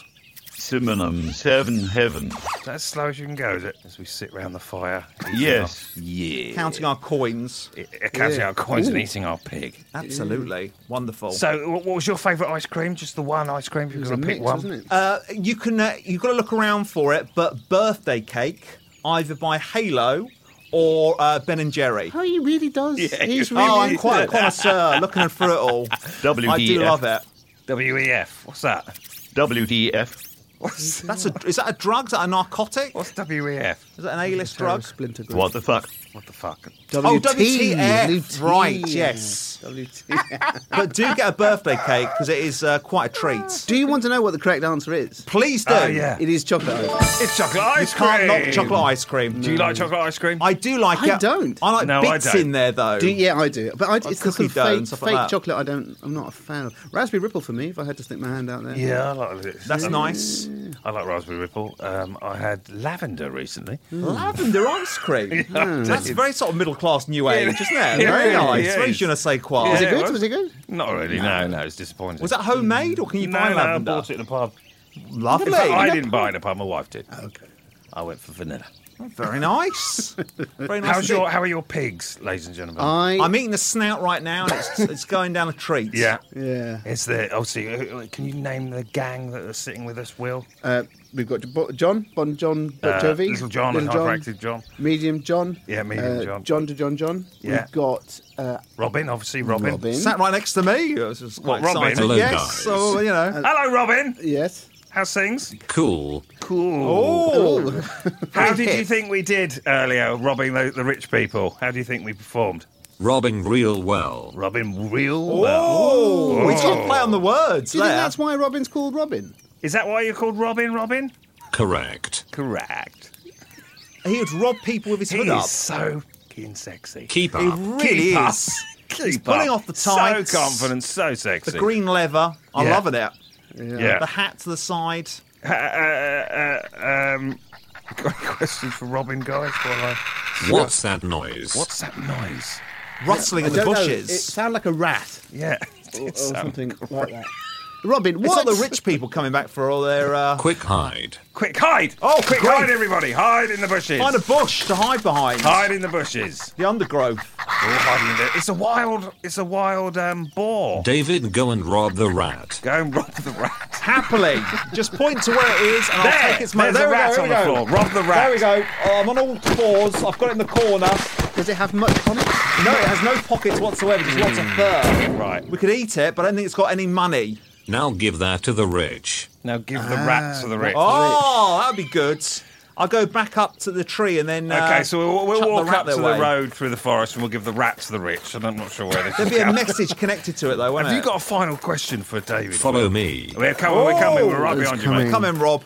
Speaker 6: Simonum, seven heaven.
Speaker 3: Is that as slow as you can go, is it? As we sit round the fire. eating
Speaker 6: Yes.
Speaker 4: Counting our coins.
Speaker 3: our- uh, Counting our coins and eting our pig.
Speaker 4: Absolutely wonderful.
Speaker 3: So, wh- what was your favourite ice cream? Just the one ice cream? If you're
Speaker 5: It's a
Speaker 3: going to
Speaker 5: mix,
Speaker 3: pick one.
Speaker 5: isn't it?
Speaker 4: Uh, you can uh, you've got to look around for it, but birthday cake either by Halo or uh, Ben and Jerry.
Speaker 5: oh, he really does. He's really.
Speaker 4: Oh, I'm quite a connoisseur looking for it
Speaker 3: [laughs]
Speaker 4: all. I do
Speaker 6: WDF.
Speaker 4: love it.
Speaker 3: WEF. E What's that?
Speaker 6: WDF.
Speaker 4: That's a is that a drug? Is that a narcotic?
Speaker 3: What's E WEF?
Speaker 4: Is that an A-list
Speaker 5: Terror
Speaker 4: drug?
Speaker 5: Splinter Group. E.
Speaker 6: What the fuck?
Speaker 3: What the fuck?
Speaker 4: Oh,
Speaker 5: WT,
Speaker 4: WTF,
Speaker 5: WT.
Speaker 4: right,
Speaker 5: E
Speaker 4: yes. E
Speaker 5: WT.
Speaker 4: But do get a birthday cake because it is uh, quite a [gasps] treat.
Speaker 5: Do you want to know what the correct answer is?
Speaker 4: Please do.
Speaker 3: Oh, yeah.
Speaker 5: It is chocolate. ice.
Speaker 3: It's chocolate ice
Speaker 4: You
Speaker 3: cream.
Speaker 4: can't knock chocolate ice cream.
Speaker 3: Do you like chocolate ice cream?
Speaker 4: I do like
Speaker 5: I
Speaker 4: it.
Speaker 5: don't.
Speaker 4: I like
Speaker 3: No, I
Speaker 4: bits
Speaker 3: don't.
Speaker 4: in there though.
Speaker 5: Do yeah, I do, but I, it's the
Speaker 4: cookie
Speaker 5: sort of
Speaker 4: dough and
Speaker 5: fake,
Speaker 4: stuff like
Speaker 5: fake
Speaker 4: that.
Speaker 5: chocolate. I don't. I'm not a fan of raspberry ripple for me. If I had to stick my hand out there,
Speaker 3: Yeah, I like it. Mm.
Speaker 4: That's
Speaker 3: I-
Speaker 4: nice.
Speaker 3: I like raspberry ripple. Um, I had lavender recently.
Speaker 4: Mm.
Speaker 5: Mm.
Speaker 4: Lavender
Speaker 3: [laughs]
Speaker 4: ice cream. That's very sort of middle class new
Speaker 3: Yeah.
Speaker 4: age, isn't
Speaker 3: [laughs]
Speaker 4: it?
Speaker 3: Yeah,
Speaker 4: very
Speaker 3: yeah,
Speaker 4: nice.
Speaker 3: yeah,
Speaker 4: very
Speaker 3: it's-
Speaker 4: je ne sais quoi.
Speaker 3: Yeah.
Speaker 5: Was it
Speaker 3: it
Speaker 5: good?
Speaker 3: was.
Speaker 5: Was it good?
Speaker 3: Not really. No, no, it's disappointing.
Speaker 4: Was that homemade or can you
Speaker 3: no,
Speaker 4: buy
Speaker 3: no,
Speaker 4: lavender?
Speaker 3: I bought it in the pub.
Speaker 4: Lovely.
Speaker 3: In fact, I didn't buy it in the pub. My wife did.
Speaker 5: Okay.
Speaker 3: I went for vanilla.
Speaker 4: Very nice. Very nice.
Speaker 3: How's
Speaker 4: indeed.
Speaker 3: your, how are your pigs, ladies and gentlemen?
Speaker 5: I
Speaker 4: I'm eating the snout right now, and it's, it's going down a treat.
Speaker 3: yeah.
Speaker 5: yeah.
Speaker 3: It's the, obviously, uh, uh, can you name the gang that are sitting with us, Will?
Speaker 5: Uh, we've got Bo- John, Bon John, Bon
Speaker 3: Uh,
Speaker 5: Jovi,
Speaker 3: Little John and Hyperactive John.
Speaker 5: Medium John,
Speaker 3: Yeah, Medium
Speaker 5: uh,
Speaker 3: John.
Speaker 5: John to John John.
Speaker 3: Yeah.
Speaker 5: We've got uh,
Speaker 3: Robin, obviously, Robin.
Speaker 5: Robin.
Speaker 4: Sat right next to me. It was just
Speaker 3: What,
Speaker 4: quite
Speaker 3: Robin?
Speaker 4: exciting.
Speaker 8: Hello,
Speaker 4: yes.
Speaker 8: guys.
Speaker 4: So you know.
Speaker 3: Hello, Robin.
Speaker 5: Yes,
Speaker 3: How's things?
Speaker 8: Cool.
Speaker 3: Cool.
Speaker 4: [laughs] Oh,
Speaker 3: How did you think we did earlier, robbing the, the rich people? How do you think we performed?
Speaker 8: Robbing real well.
Speaker 3: Robbing real
Speaker 4: oh, we can't play on the words
Speaker 5: do you think
Speaker 4: there.
Speaker 5: that's why Robin's called Robin?
Speaker 3: Is that why you're called Robin, Robin?
Speaker 8: Correct.
Speaker 3: Correct.
Speaker 4: He would rob people with his
Speaker 3: He
Speaker 4: hood up.
Speaker 3: is so fucking sexy.
Speaker 8: Keep
Speaker 4: He
Speaker 8: up.
Speaker 4: really
Speaker 3: Keep up.
Speaker 4: is.
Speaker 3: [laughs] Keep
Speaker 4: He's pulling
Speaker 3: up.
Speaker 4: off the tights.
Speaker 3: So confident, so sexy.
Speaker 4: The green leather. I'm
Speaker 3: Yeah.
Speaker 4: loving it. The
Speaker 3: Yeah.
Speaker 4: hat to the side.
Speaker 3: Uh, uh, um, [laughs] got any questions for Robin, guys? While I...
Speaker 8: What's that noise?
Speaker 3: What's that noise?
Speaker 4: Rustling in the
Speaker 5: don't know,
Speaker 4: bushes.
Speaker 5: It sounds like a rat
Speaker 3: Yeah. [laughs]
Speaker 4: Oh,
Speaker 3: um, it
Speaker 5: or, or
Speaker 3: did sound
Speaker 5: something like that. Robin,
Speaker 4: It's
Speaker 5: what
Speaker 4: not the rich people coming back for all their. Uh,
Speaker 8: Quick hide.
Speaker 3: Quick, hide!
Speaker 4: Oh,
Speaker 3: quick,
Speaker 4: great.
Speaker 3: hide, everybody! Hide in the bushes!
Speaker 4: find a bush to hide behind.
Speaker 3: Hide in the bushes!
Speaker 4: The undergrowth.
Speaker 3: We're all hiding in there. It's a wild, it's a wild um, boar.
Speaker 8: David, go and rob the rat.
Speaker 3: Go and rob the rat.
Speaker 4: Happily. Just point to where it is and I'll
Speaker 3: There!
Speaker 4: take its money.
Speaker 3: There's a
Speaker 4: we
Speaker 3: rat
Speaker 4: go,
Speaker 3: on
Speaker 4: there
Speaker 3: the
Speaker 4: we go.
Speaker 3: floor. Rob the rat.
Speaker 4: There we go. Oh, I'm on all fours. I've got it in the corner.
Speaker 5: does it have much on it?
Speaker 4: No, it has no pockets whatsoever. Just wants a
Speaker 3: Hmm.
Speaker 4: fur.
Speaker 3: Right.
Speaker 4: We could eat it, but I don't think it's got any money.
Speaker 8: Now give that to the rich.
Speaker 3: Now give the rat to the rich.
Speaker 4: Oh, that'd be good. I'll go back up to the tree and then. Uh,
Speaker 3: Okay, so we'll, we'll
Speaker 4: chuck the
Speaker 3: walk
Speaker 4: rat
Speaker 3: up to
Speaker 4: their
Speaker 3: the
Speaker 4: way.
Speaker 3: road through the forest and we'll give the rat to the rich. And I'm not sure where this
Speaker 4: There'd
Speaker 3: is
Speaker 4: be a
Speaker 3: going.
Speaker 4: message connected to it, though, won't
Speaker 3: [laughs] Have
Speaker 4: it?
Speaker 3: you got a final question for David?
Speaker 8: Follow me.
Speaker 3: We're coming, we're coming, we're right
Speaker 5: It's
Speaker 3: behind you, mate.
Speaker 5: coming.
Speaker 4: Come in, Rob.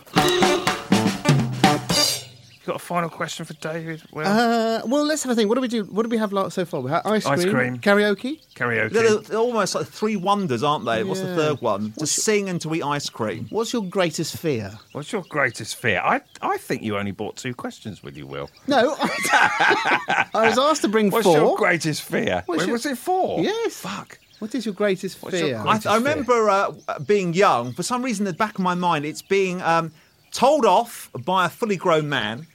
Speaker 3: You got a final question for David? Will?
Speaker 5: Uh, well, let's have a think. What do we do? What do we have like so far? We had ice cream,
Speaker 3: Ice cream.
Speaker 5: karaoke.
Speaker 3: Karaoke.
Speaker 4: They're, they're almost like three wonders, aren't they? What's the
Speaker 5: Yeah.
Speaker 4: third one? To sing and to eat ice cream.
Speaker 5: What's your greatest fear?
Speaker 3: What's your greatest fear? I, I think you only brought two questions with you, Will.
Speaker 5: No, [laughs] I, I was asked to bring
Speaker 3: What's
Speaker 5: four.
Speaker 3: your greatest fear?
Speaker 5: What's
Speaker 3: Wait,
Speaker 5: your-
Speaker 3: was it four?
Speaker 5: Yes.
Speaker 3: Fuck.
Speaker 5: what is your greatest
Speaker 3: What's your
Speaker 5: fear?
Speaker 3: great-
Speaker 4: I, I remember uh, being young. For some reason, in the back of my mind, it's being um, told off by a fully grown man,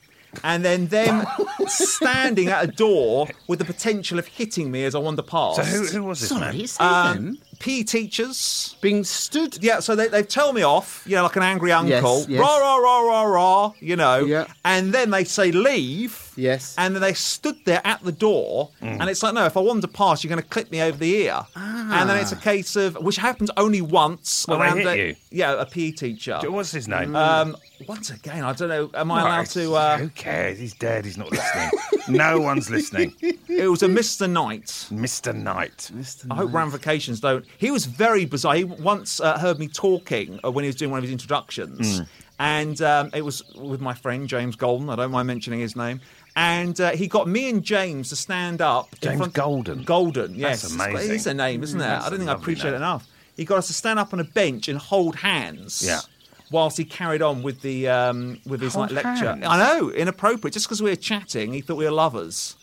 Speaker 4: and then them standing at a door with the potential of hitting me as I wander past.
Speaker 3: So who, who was this
Speaker 5: Sorry,
Speaker 3: man?
Speaker 5: say them.
Speaker 4: PE teachers.
Speaker 5: Um, Being stood.
Speaker 4: Yeah, so they, they tell me off, you know, like an angry uncle.
Speaker 5: yes.
Speaker 4: Rah, rah, rah, rah, rah, you know.
Speaker 5: Yeah.
Speaker 4: And then they say leave.
Speaker 5: Yes.
Speaker 4: And then they stood there at the door.
Speaker 3: Mm.
Speaker 4: And it's like, no, if I wander past, you're going to clip me over the ear.
Speaker 5: Ah.
Speaker 4: And then it's a case of, which happens only once.
Speaker 3: Well, Oh, they
Speaker 4: around
Speaker 3: hit
Speaker 4: the-
Speaker 3: you.
Speaker 4: Yeah, a PE teacher.
Speaker 3: What's his name?
Speaker 4: Um, once again, I don't know, am I allowed to...
Speaker 3: Right,
Speaker 4: Uh,
Speaker 3: Who cares? He's dead. He's not listening. no one's
Speaker 4: [laughs]
Speaker 3: listening.
Speaker 4: it was a Mr. Knight.
Speaker 3: Mr. Knight.
Speaker 4: I hope ramifications don't. He was very bizarre. He once uh, heard me talking uh, when he was doing one of his introductions,
Speaker 3: Hmm.
Speaker 4: and um, it was with my friend James Golden. I don't mind mentioning his name. And uh, he got me and James to stand up. in
Speaker 3: James
Speaker 4: front-
Speaker 3: Golden?
Speaker 4: Golden, yes.
Speaker 3: That's amazing.
Speaker 4: It's a name, isn't it? I don't
Speaker 3: a
Speaker 4: think I
Speaker 3: lovely
Speaker 4: appreciate
Speaker 3: name.
Speaker 4: it enough. He got us to stand up on a bench and hold hands.
Speaker 3: Yeah.
Speaker 4: Whilst he carried on with the um, with his like,
Speaker 3: Hold
Speaker 4: lecture,
Speaker 3: hands?
Speaker 4: I know inappropriate. Just because we were chatting, he thought we were lovers,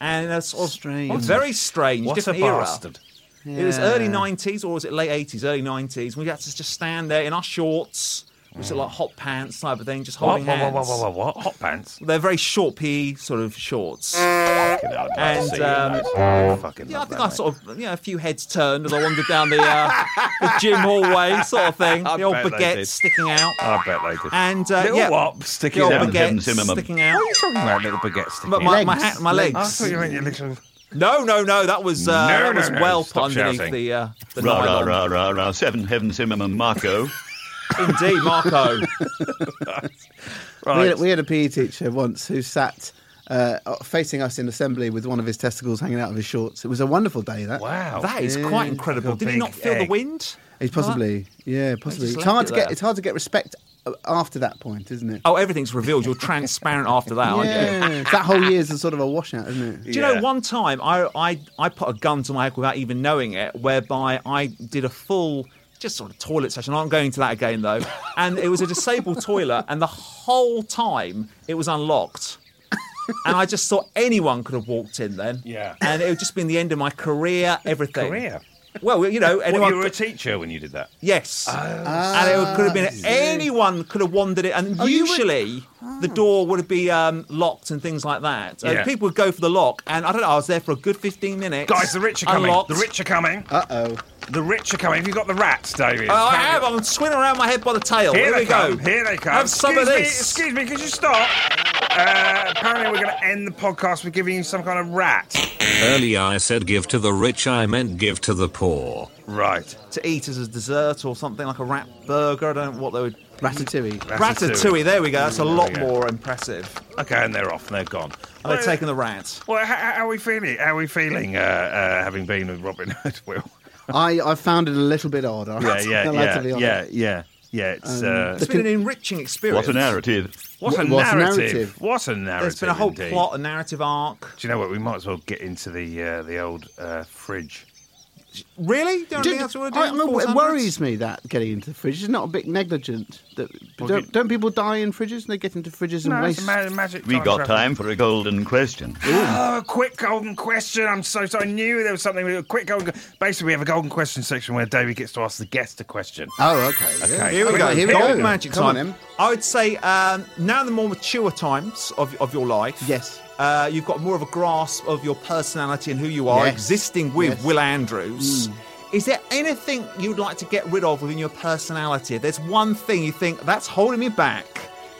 Speaker 4: and that's sort of
Speaker 5: Strange.
Speaker 4: very strange.
Speaker 3: What a
Speaker 4: different era.
Speaker 3: bastard.
Speaker 4: It was
Speaker 5: Yeah.
Speaker 4: early 90s, or was it late 80s, early 90s? We had to just stand there in our shorts, which are like hot pants type of thing, just
Speaker 3: What,
Speaker 4: holding
Speaker 3: what, what,
Speaker 4: hands.
Speaker 3: what, what, what, what? Hot pants?
Speaker 4: They're very short PE sort of shorts.
Speaker 3: Mm. Fucking hell, I'd love to
Speaker 4: And,
Speaker 3: see you
Speaker 4: um,
Speaker 3: in those. I fucking
Speaker 4: [laughs] Yeah, I
Speaker 3: love
Speaker 4: think
Speaker 3: that,
Speaker 4: I
Speaker 3: mate.
Speaker 4: sort of, you know, a few heads turned as I wandered down the, uh, the gym hallway sort of
Speaker 3: [laughs]
Speaker 4: thing.
Speaker 3: I
Speaker 4: The old
Speaker 3: bet they
Speaker 4: baguette
Speaker 3: did.
Speaker 4: sticking out.
Speaker 3: I bet they did.
Speaker 4: And, uh,
Speaker 3: little
Speaker 4: yeah.
Speaker 3: what?
Speaker 4: the
Speaker 3: Sticking
Speaker 4: old
Speaker 3: out.
Speaker 6: Seven,
Speaker 4: baguette
Speaker 6: seven, seven.
Speaker 4: sticking out.
Speaker 3: What are you talking about? Little baguette sticking
Speaker 4: But
Speaker 3: out.
Speaker 4: my, my
Speaker 5: Legs.
Speaker 4: hat, my
Speaker 5: Legs.
Speaker 4: legs.
Speaker 3: I thought you meant your little.
Speaker 4: No, no, no. That was uh,
Speaker 3: No,
Speaker 4: that
Speaker 3: no,
Speaker 4: was
Speaker 3: no,
Speaker 4: well put
Speaker 3: stop
Speaker 4: underneath
Speaker 3: shouting.
Speaker 4: the uh, the
Speaker 6: Ra ra
Speaker 4: nylon.
Speaker 6: ra ra ra. Seven heavens, Zimmerman,
Speaker 4: [laughs]
Speaker 6: Marco.
Speaker 3: [laughs]
Speaker 4: Indeed, Marco.
Speaker 5: We
Speaker 3: Right.
Speaker 5: had, we had a PE teacher once who sat uh, facing us in assembly with one of his testicles hanging out of his shorts. It was a wonderful day. That
Speaker 3: Wow.
Speaker 4: that is quite incredible.
Speaker 3: Like a
Speaker 4: Did he
Speaker 3: big
Speaker 4: not feel the
Speaker 3: egg.
Speaker 4: wind?
Speaker 5: It's possibly, yeah, possibly.
Speaker 4: just
Speaker 5: It's
Speaker 4: left
Speaker 5: hard
Speaker 4: it
Speaker 5: to get.
Speaker 4: there.
Speaker 5: It's hard to get respect uh, after that point, isn't it?
Speaker 4: Oh, everything's revealed. You're transparent after that, aren't
Speaker 3: [laughs]
Speaker 4: you?
Speaker 5: yeah, that whole year's a sort of a washout, isn't it?
Speaker 4: Do you
Speaker 3: Oh, Yeah.
Speaker 4: know one time I, I I put a gun to my head without even knowing it, whereby I did a full just sort of toilet session. I'm going to that again though, and it was a
Speaker 3: [laughs]
Speaker 4: disabled toilet, and the whole time it was unlocked. And I just thought anyone could have walked in then.
Speaker 3: Yeah.
Speaker 4: And it would just been the end of my career, everything.
Speaker 3: Career?
Speaker 4: Well, you know,
Speaker 3: What,
Speaker 4: anyone.
Speaker 3: you were a teacher when you did that.
Speaker 4: yes.
Speaker 3: Ah.
Speaker 4: and it could have been anyone could have wandered it, and
Speaker 5: Oh, you would- Ah.
Speaker 4: usually the door would be um, locked and things like that. Uh,
Speaker 3: Yeah.
Speaker 4: People would go for the lock, and I don't know. I was there for a good fifteen minutes.
Speaker 3: Guys, the rich are coming.
Speaker 4: Unlocked.
Speaker 3: The rich are coming.
Speaker 5: Uh oh.
Speaker 3: the rich are coming. Have you got the rats, David?
Speaker 4: Oh, I have. I'm swinging around my head by the tail.
Speaker 3: Here
Speaker 4: we
Speaker 3: they come.
Speaker 4: go.
Speaker 3: Here they come.
Speaker 4: Have some
Speaker 3: excuse
Speaker 4: of
Speaker 3: me,
Speaker 4: this.
Speaker 3: Excuse me, could you stop? Uh, apparently, we're going to end the podcast with giving you some kind of rat.
Speaker 8: Earlier I said give to the rich, I meant give to the poor.
Speaker 3: Right.
Speaker 4: to eat as a dessert or something like a rat burger. I don't know what they would.
Speaker 5: Ratatouille.
Speaker 3: Ratatouille.
Speaker 4: Ratatouille. There we go. That's a lot
Speaker 3: we go.
Speaker 4: more impressive.
Speaker 3: Okay, and they're off. They're gone.
Speaker 4: And
Speaker 3: Well,
Speaker 4: they're taking the rat.
Speaker 3: Well, how, how are we feeling? How are we feeling? Uh, uh, having been with Robin [laughs] Hood, Will.
Speaker 5: I, I found it a little bit odd. I
Speaker 3: Yeah, yeah,
Speaker 5: I'll have
Speaker 3: yeah,
Speaker 5: [laughs] to be honest.
Speaker 3: yeah, yeah, yeah. It's uh,
Speaker 4: It's been an enriching experience.
Speaker 6: What a narrative.
Speaker 3: what, a
Speaker 5: what a
Speaker 3: narrative.
Speaker 5: narrative.
Speaker 3: What a narrative.
Speaker 4: There's been a whole
Speaker 3: indeed.
Speaker 4: plot, a narrative arc.
Speaker 3: Do you know what? We might as well get into the uh, the old uh, fridge.
Speaker 4: Really? Don't
Speaker 5: Did-
Speaker 4: think that's what
Speaker 5: I-
Speaker 4: we're
Speaker 5: I'm
Speaker 4: doing?
Speaker 5: a- it
Speaker 4: 400s?
Speaker 5: worries me that getting into the fridge is not a bit negligent. That, don't, don't people die in fridges and they get into fridges and
Speaker 3: No, it's
Speaker 5: waste?
Speaker 3: a ma- magic.
Speaker 6: We
Speaker 3: time
Speaker 6: got
Speaker 3: travel.
Speaker 6: time for a golden question.
Speaker 3: Oh, a quick golden question. I'm so sorry. I knew there was something with a quick golden. Basically, we have a golden question section where David gets to ask the guest a question.
Speaker 5: Oh, okay. yeah.
Speaker 3: Okay.
Speaker 4: Here we
Speaker 3: Right,
Speaker 4: go.
Speaker 5: Here we
Speaker 4: Gold
Speaker 5: go.
Speaker 4: magic
Speaker 5: Come on,
Speaker 4: time.
Speaker 5: then.
Speaker 4: I would say um, now the more mature times of, of your life.
Speaker 5: Yes.
Speaker 4: Uh, you've got more of a grasp of your personality and who you are,
Speaker 5: Yes.
Speaker 4: existing with
Speaker 5: Yes. Mm.
Speaker 4: Will Andrews. Is there anything you'd like to get rid of within your personality? There's one thing you think that's holding me back.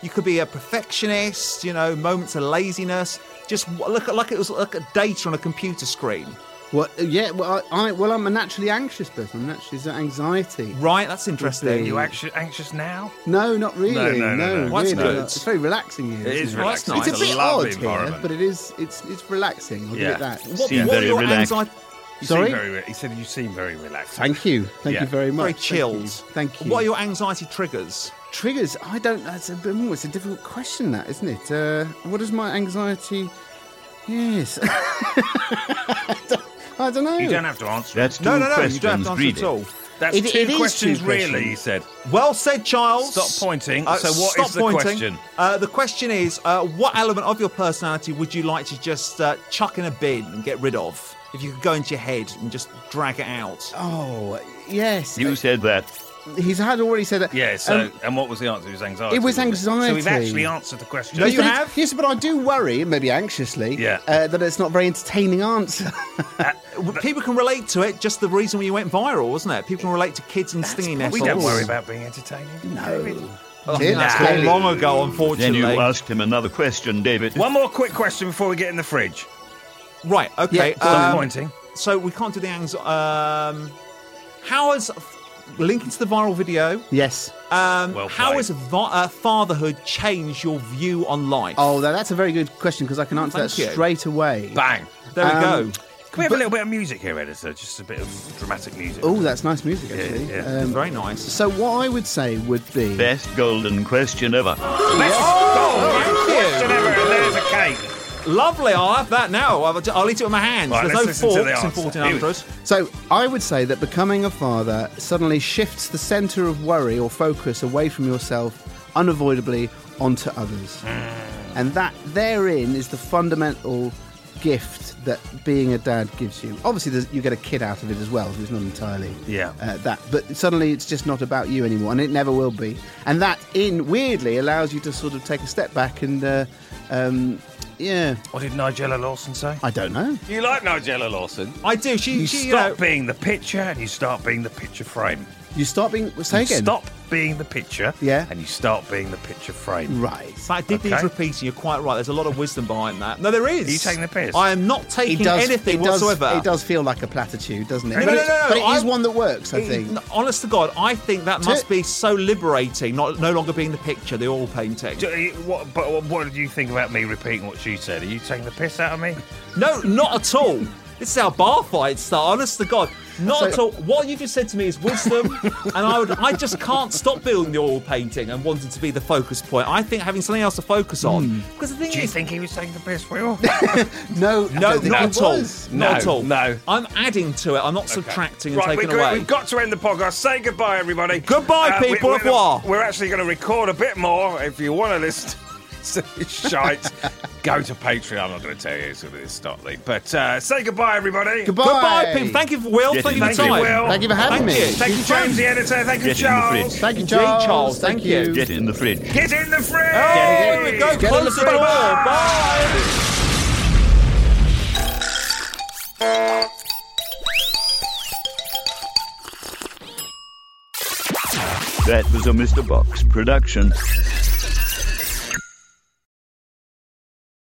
Speaker 4: You could be a perfectionist, you know, moments of laziness. Just w- look at like it was like a data on a computer screen,
Speaker 5: Well, yeah. Well, I, I well, I'm a naturally anxious person. I'm naturally it's anxiety.
Speaker 4: right? That's interesting.
Speaker 3: You anxious, anxious now?
Speaker 5: No, not really.
Speaker 3: No, no,
Speaker 5: No,
Speaker 3: no, no.
Speaker 4: What's
Speaker 5: really.
Speaker 4: good?
Speaker 5: not. It's very relaxing here.
Speaker 3: It
Speaker 5: isn't
Speaker 3: is
Speaker 4: Well, that's
Speaker 3: relaxing.
Speaker 4: nice.
Speaker 5: It's a bit
Speaker 3: lovely
Speaker 5: odd here,
Speaker 3: environment.
Speaker 5: but it is. It's it's relaxing. I'll
Speaker 3: Yeah.
Speaker 5: give it that.
Speaker 4: What,
Speaker 6: Seem
Speaker 4: what are
Speaker 6: very
Speaker 4: your
Speaker 6: relaxed.
Speaker 4: anxiety?
Speaker 3: You
Speaker 5: Sorry?
Speaker 3: Seem very re- he said you seem very relaxed.
Speaker 5: Thank you. Thank
Speaker 3: Yeah.
Speaker 5: you very much.
Speaker 4: Very
Speaker 5: Thank you.
Speaker 4: chilled.
Speaker 5: Thank you.
Speaker 4: What are your anxiety triggers?
Speaker 5: triggers? I don't. That's a bit more. It's a difficult question, that isn't it? Uh, what is my anxiety? Yes. [laughs] I don't- I don't know.
Speaker 3: You don't have to answer.
Speaker 6: That's two
Speaker 4: No, no, no. You
Speaker 6: questions
Speaker 4: don't have to answer
Speaker 6: really.
Speaker 4: at all.
Speaker 3: That's
Speaker 5: It-
Speaker 3: two
Speaker 5: it is two
Speaker 3: questions, really,
Speaker 5: questions.
Speaker 3: he said.
Speaker 4: Well said, Charles. Uh,
Speaker 3: Stop pointing. So what
Speaker 4: stop
Speaker 3: is the
Speaker 4: pointing.
Speaker 3: question?
Speaker 4: Uh, the question is, uh, what element of your personality would you like to just uh, chuck in a bin and get rid of? If you could go into your head and just drag it out.
Speaker 3: Uh,
Speaker 5: Oh yes.
Speaker 6: You said that.
Speaker 5: He's had already said that.
Speaker 3: Yeah, so,
Speaker 5: Um,
Speaker 3: and what was the answer? It was anxiety.
Speaker 5: it was
Speaker 3: wasn't So we've
Speaker 5: anxiety.
Speaker 3: actually answered the question.
Speaker 4: No, you
Speaker 5: but it's-
Speaker 4: have?
Speaker 5: Yes, but I do worry, maybe anxiously,
Speaker 3: Yeah.
Speaker 5: uh, that it's not a very
Speaker 3: [laughs]
Speaker 5: entertaining answer.
Speaker 4: People can relate to it. Just the reason why you went viral, wasn't it? People can relate to kids and stinging nettles.
Speaker 3: We don't worry about being entertaining.
Speaker 5: no.
Speaker 3: Oh,
Speaker 4: I think that's
Speaker 5: Nah.
Speaker 4: gone long ago,
Speaker 6: Then
Speaker 4: unfortunately.
Speaker 6: you asked him another question, David.
Speaker 3: One more quick question before we get in the fridge.
Speaker 4: right? Okay.
Speaker 5: Yeah, go on.
Speaker 4: um,
Speaker 3: pointing.
Speaker 4: so we can't do the anxiety. Um, how is linking to the viral video?
Speaker 5: Yes.
Speaker 4: Um,
Speaker 3: Well
Speaker 4: how
Speaker 3: played.
Speaker 4: has va- uh, fatherhood changed your view on life?
Speaker 5: Oh, that, that's a very good question because I can answer
Speaker 4: Thank
Speaker 5: that
Speaker 4: you.
Speaker 5: straight away.
Speaker 3: Bang.
Speaker 4: there we
Speaker 5: um,
Speaker 4: go.
Speaker 3: Can we have a little bit of music here, editor? Just a bit of dramatic music.
Speaker 5: Oh, that's nice music, actually.
Speaker 3: yeah.
Speaker 5: Um,
Speaker 4: Very nice.
Speaker 5: so, what I would say would be.
Speaker 6: Best golden question ever.
Speaker 3: Let's
Speaker 4: Oh,
Speaker 3: go.
Speaker 4: thank you.
Speaker 3: Question ever, and there's a cake.
Speaker 4: Lovely. I'll have that now. I'll, I'll eat it with my hands.
Speaker 3: Right, let's
Speaker 4: There's
Speaker 3: listen
Speaker 4: no
Speaker 3: to the
Speaker 4: forks in
Speaker 3: answer.
Speaker 4: 1400.
Speaker 5: So, I would say that becoming a father suddenly shifts the centre of worry or focus away from yourself unavoidably onto others.
Speaker 3: Mm.
Speaker 5: And that therein is the fundamental gift that being a dad gives you. Obviously, there's- you get a kid out of it as well, so it's not entirely
Speaker 3: Yeah.
Speaker 5: uh, that. But suddenly, it's just not about you anymore, and it never will be. And that, in weirdly, allows you to sort of take a step back and, uh, um, yeah,
Speaker 3: What did Nigella Lawson say?
Speaker 5: I don't know.
Speaker 3: You like Nigella Lawson?
Speaker 4: I do. She, uh,
Speaker 3: You
Speaker 4: she,
Speaker 3: stop
Speaker 4: you know,
Speaker 3: being the picture and you start being the picture frame.
Speaker 5: You start being say
Speaker 3: You
Speaker 5: again.
Speaker 3: Stop being the picture
Speaker 5: Yeah.
Speaker 3: and you start being the picture frame.
Speaker 5: Right.
Speaker 4: But I did
Speaker 3: Okay.
Speaker 4: need repeating. You're quite right. There's a lot of wisdom behind that. No, there is.
Speaker 3: Are you taking the piss?
Speaker 4: I am not taking anything
Speaker 5: it does,
Speaker 4: whatsoever.
Speaker 5: It does feel like a platitude, doesn't it?
Speaker 4: No, no,
Speaker 5: but it's-
Speaker 4: no, no,
Speaker 5: but it is
Speaker 4: I-
Speaker 5: one that works, I
Speaker 4: It-
Speaker 5: think.
Speaker 4: n- honest to God, I think that
Speaker 5: That's
Speaker 4: must
Speaker 5: it.
Speaker 4: be so liberating. Not no longer being the picture, the oil painting.
Speaker 3: Do you- what, but what- what did you think about me repeating what she said? Are you taking the piss out of me?
Speaker 4: No, not at all. This is how bar fights start. Honest to God, not
Speaker 5: So-
Speaker 4: at all. What you just said to me is wisdom, and I would, I just can't stop building the oil painting and wanting to be the focus point. I think having something else to focus on. Because the thing
Speaker 3: Do you
Speaker 4: is,
Speaker 3: think he was taking the piss,
Speaker 5: [laughs]
Speaker 3: Will?
Speaker 5: No,
Speaker 4: no, not at all.
Speaker 3: No,
Speaker 4: Not at all.
Speaker 3: no.
Speaker 4: I'm adding to it. I'm not subtracting and
Speaker 3: right,
Speaker 4: taking
Speaker 3: we're go-
Speaker 4: away.
Speaker 3: We've got to end the podcast. Say goodbye, everybody. Uh,
Speaker 4: Goodbye, people.
Speaker 3: we,
Speaker 4: Au revoir.
Speaker 3: We're actually going to [laughs] record a bit more if you want to listen. so it's shite. Go to Patreon. I'm not going to tell you it's going to be this Stockley. But uh, say goodbye, everybody.
Speaker 5: Goodbye.
Speaker 4: Goodbye, people. Thank you, Will.
Speaker 6: Yes,
Speaker 4: thank you for
Speaker 3: Thank
Speaker 4: your
Speaker 3: you,
Speaker 4: time.
Speaker 3: Will.
Speaker 5: Thank you for having
Speaker 4: Thank
Speaker 5: me.
Speaker 4: you.
Speaker 3: Thank you, James, the editor. Thank you,
Speaker 6: Get in the
Speaker 3: Charles.
Speaker 6: fridge.
Speaker 5: Thank you,
Speaker 4: Indeed,
Speaker 5: Charles.
Speaker 4: Charles. Thank you.
Speaker 6: Get in the fridge.
Speaker 3: Get in the fridge.
Speaker 4: There we go.
Speaker 5: Get on the
Speaker 4: Close the door.
Speaker 5: fridge.
Speaker 4: Bye.
Speaker 6: That was a Mr. Box production.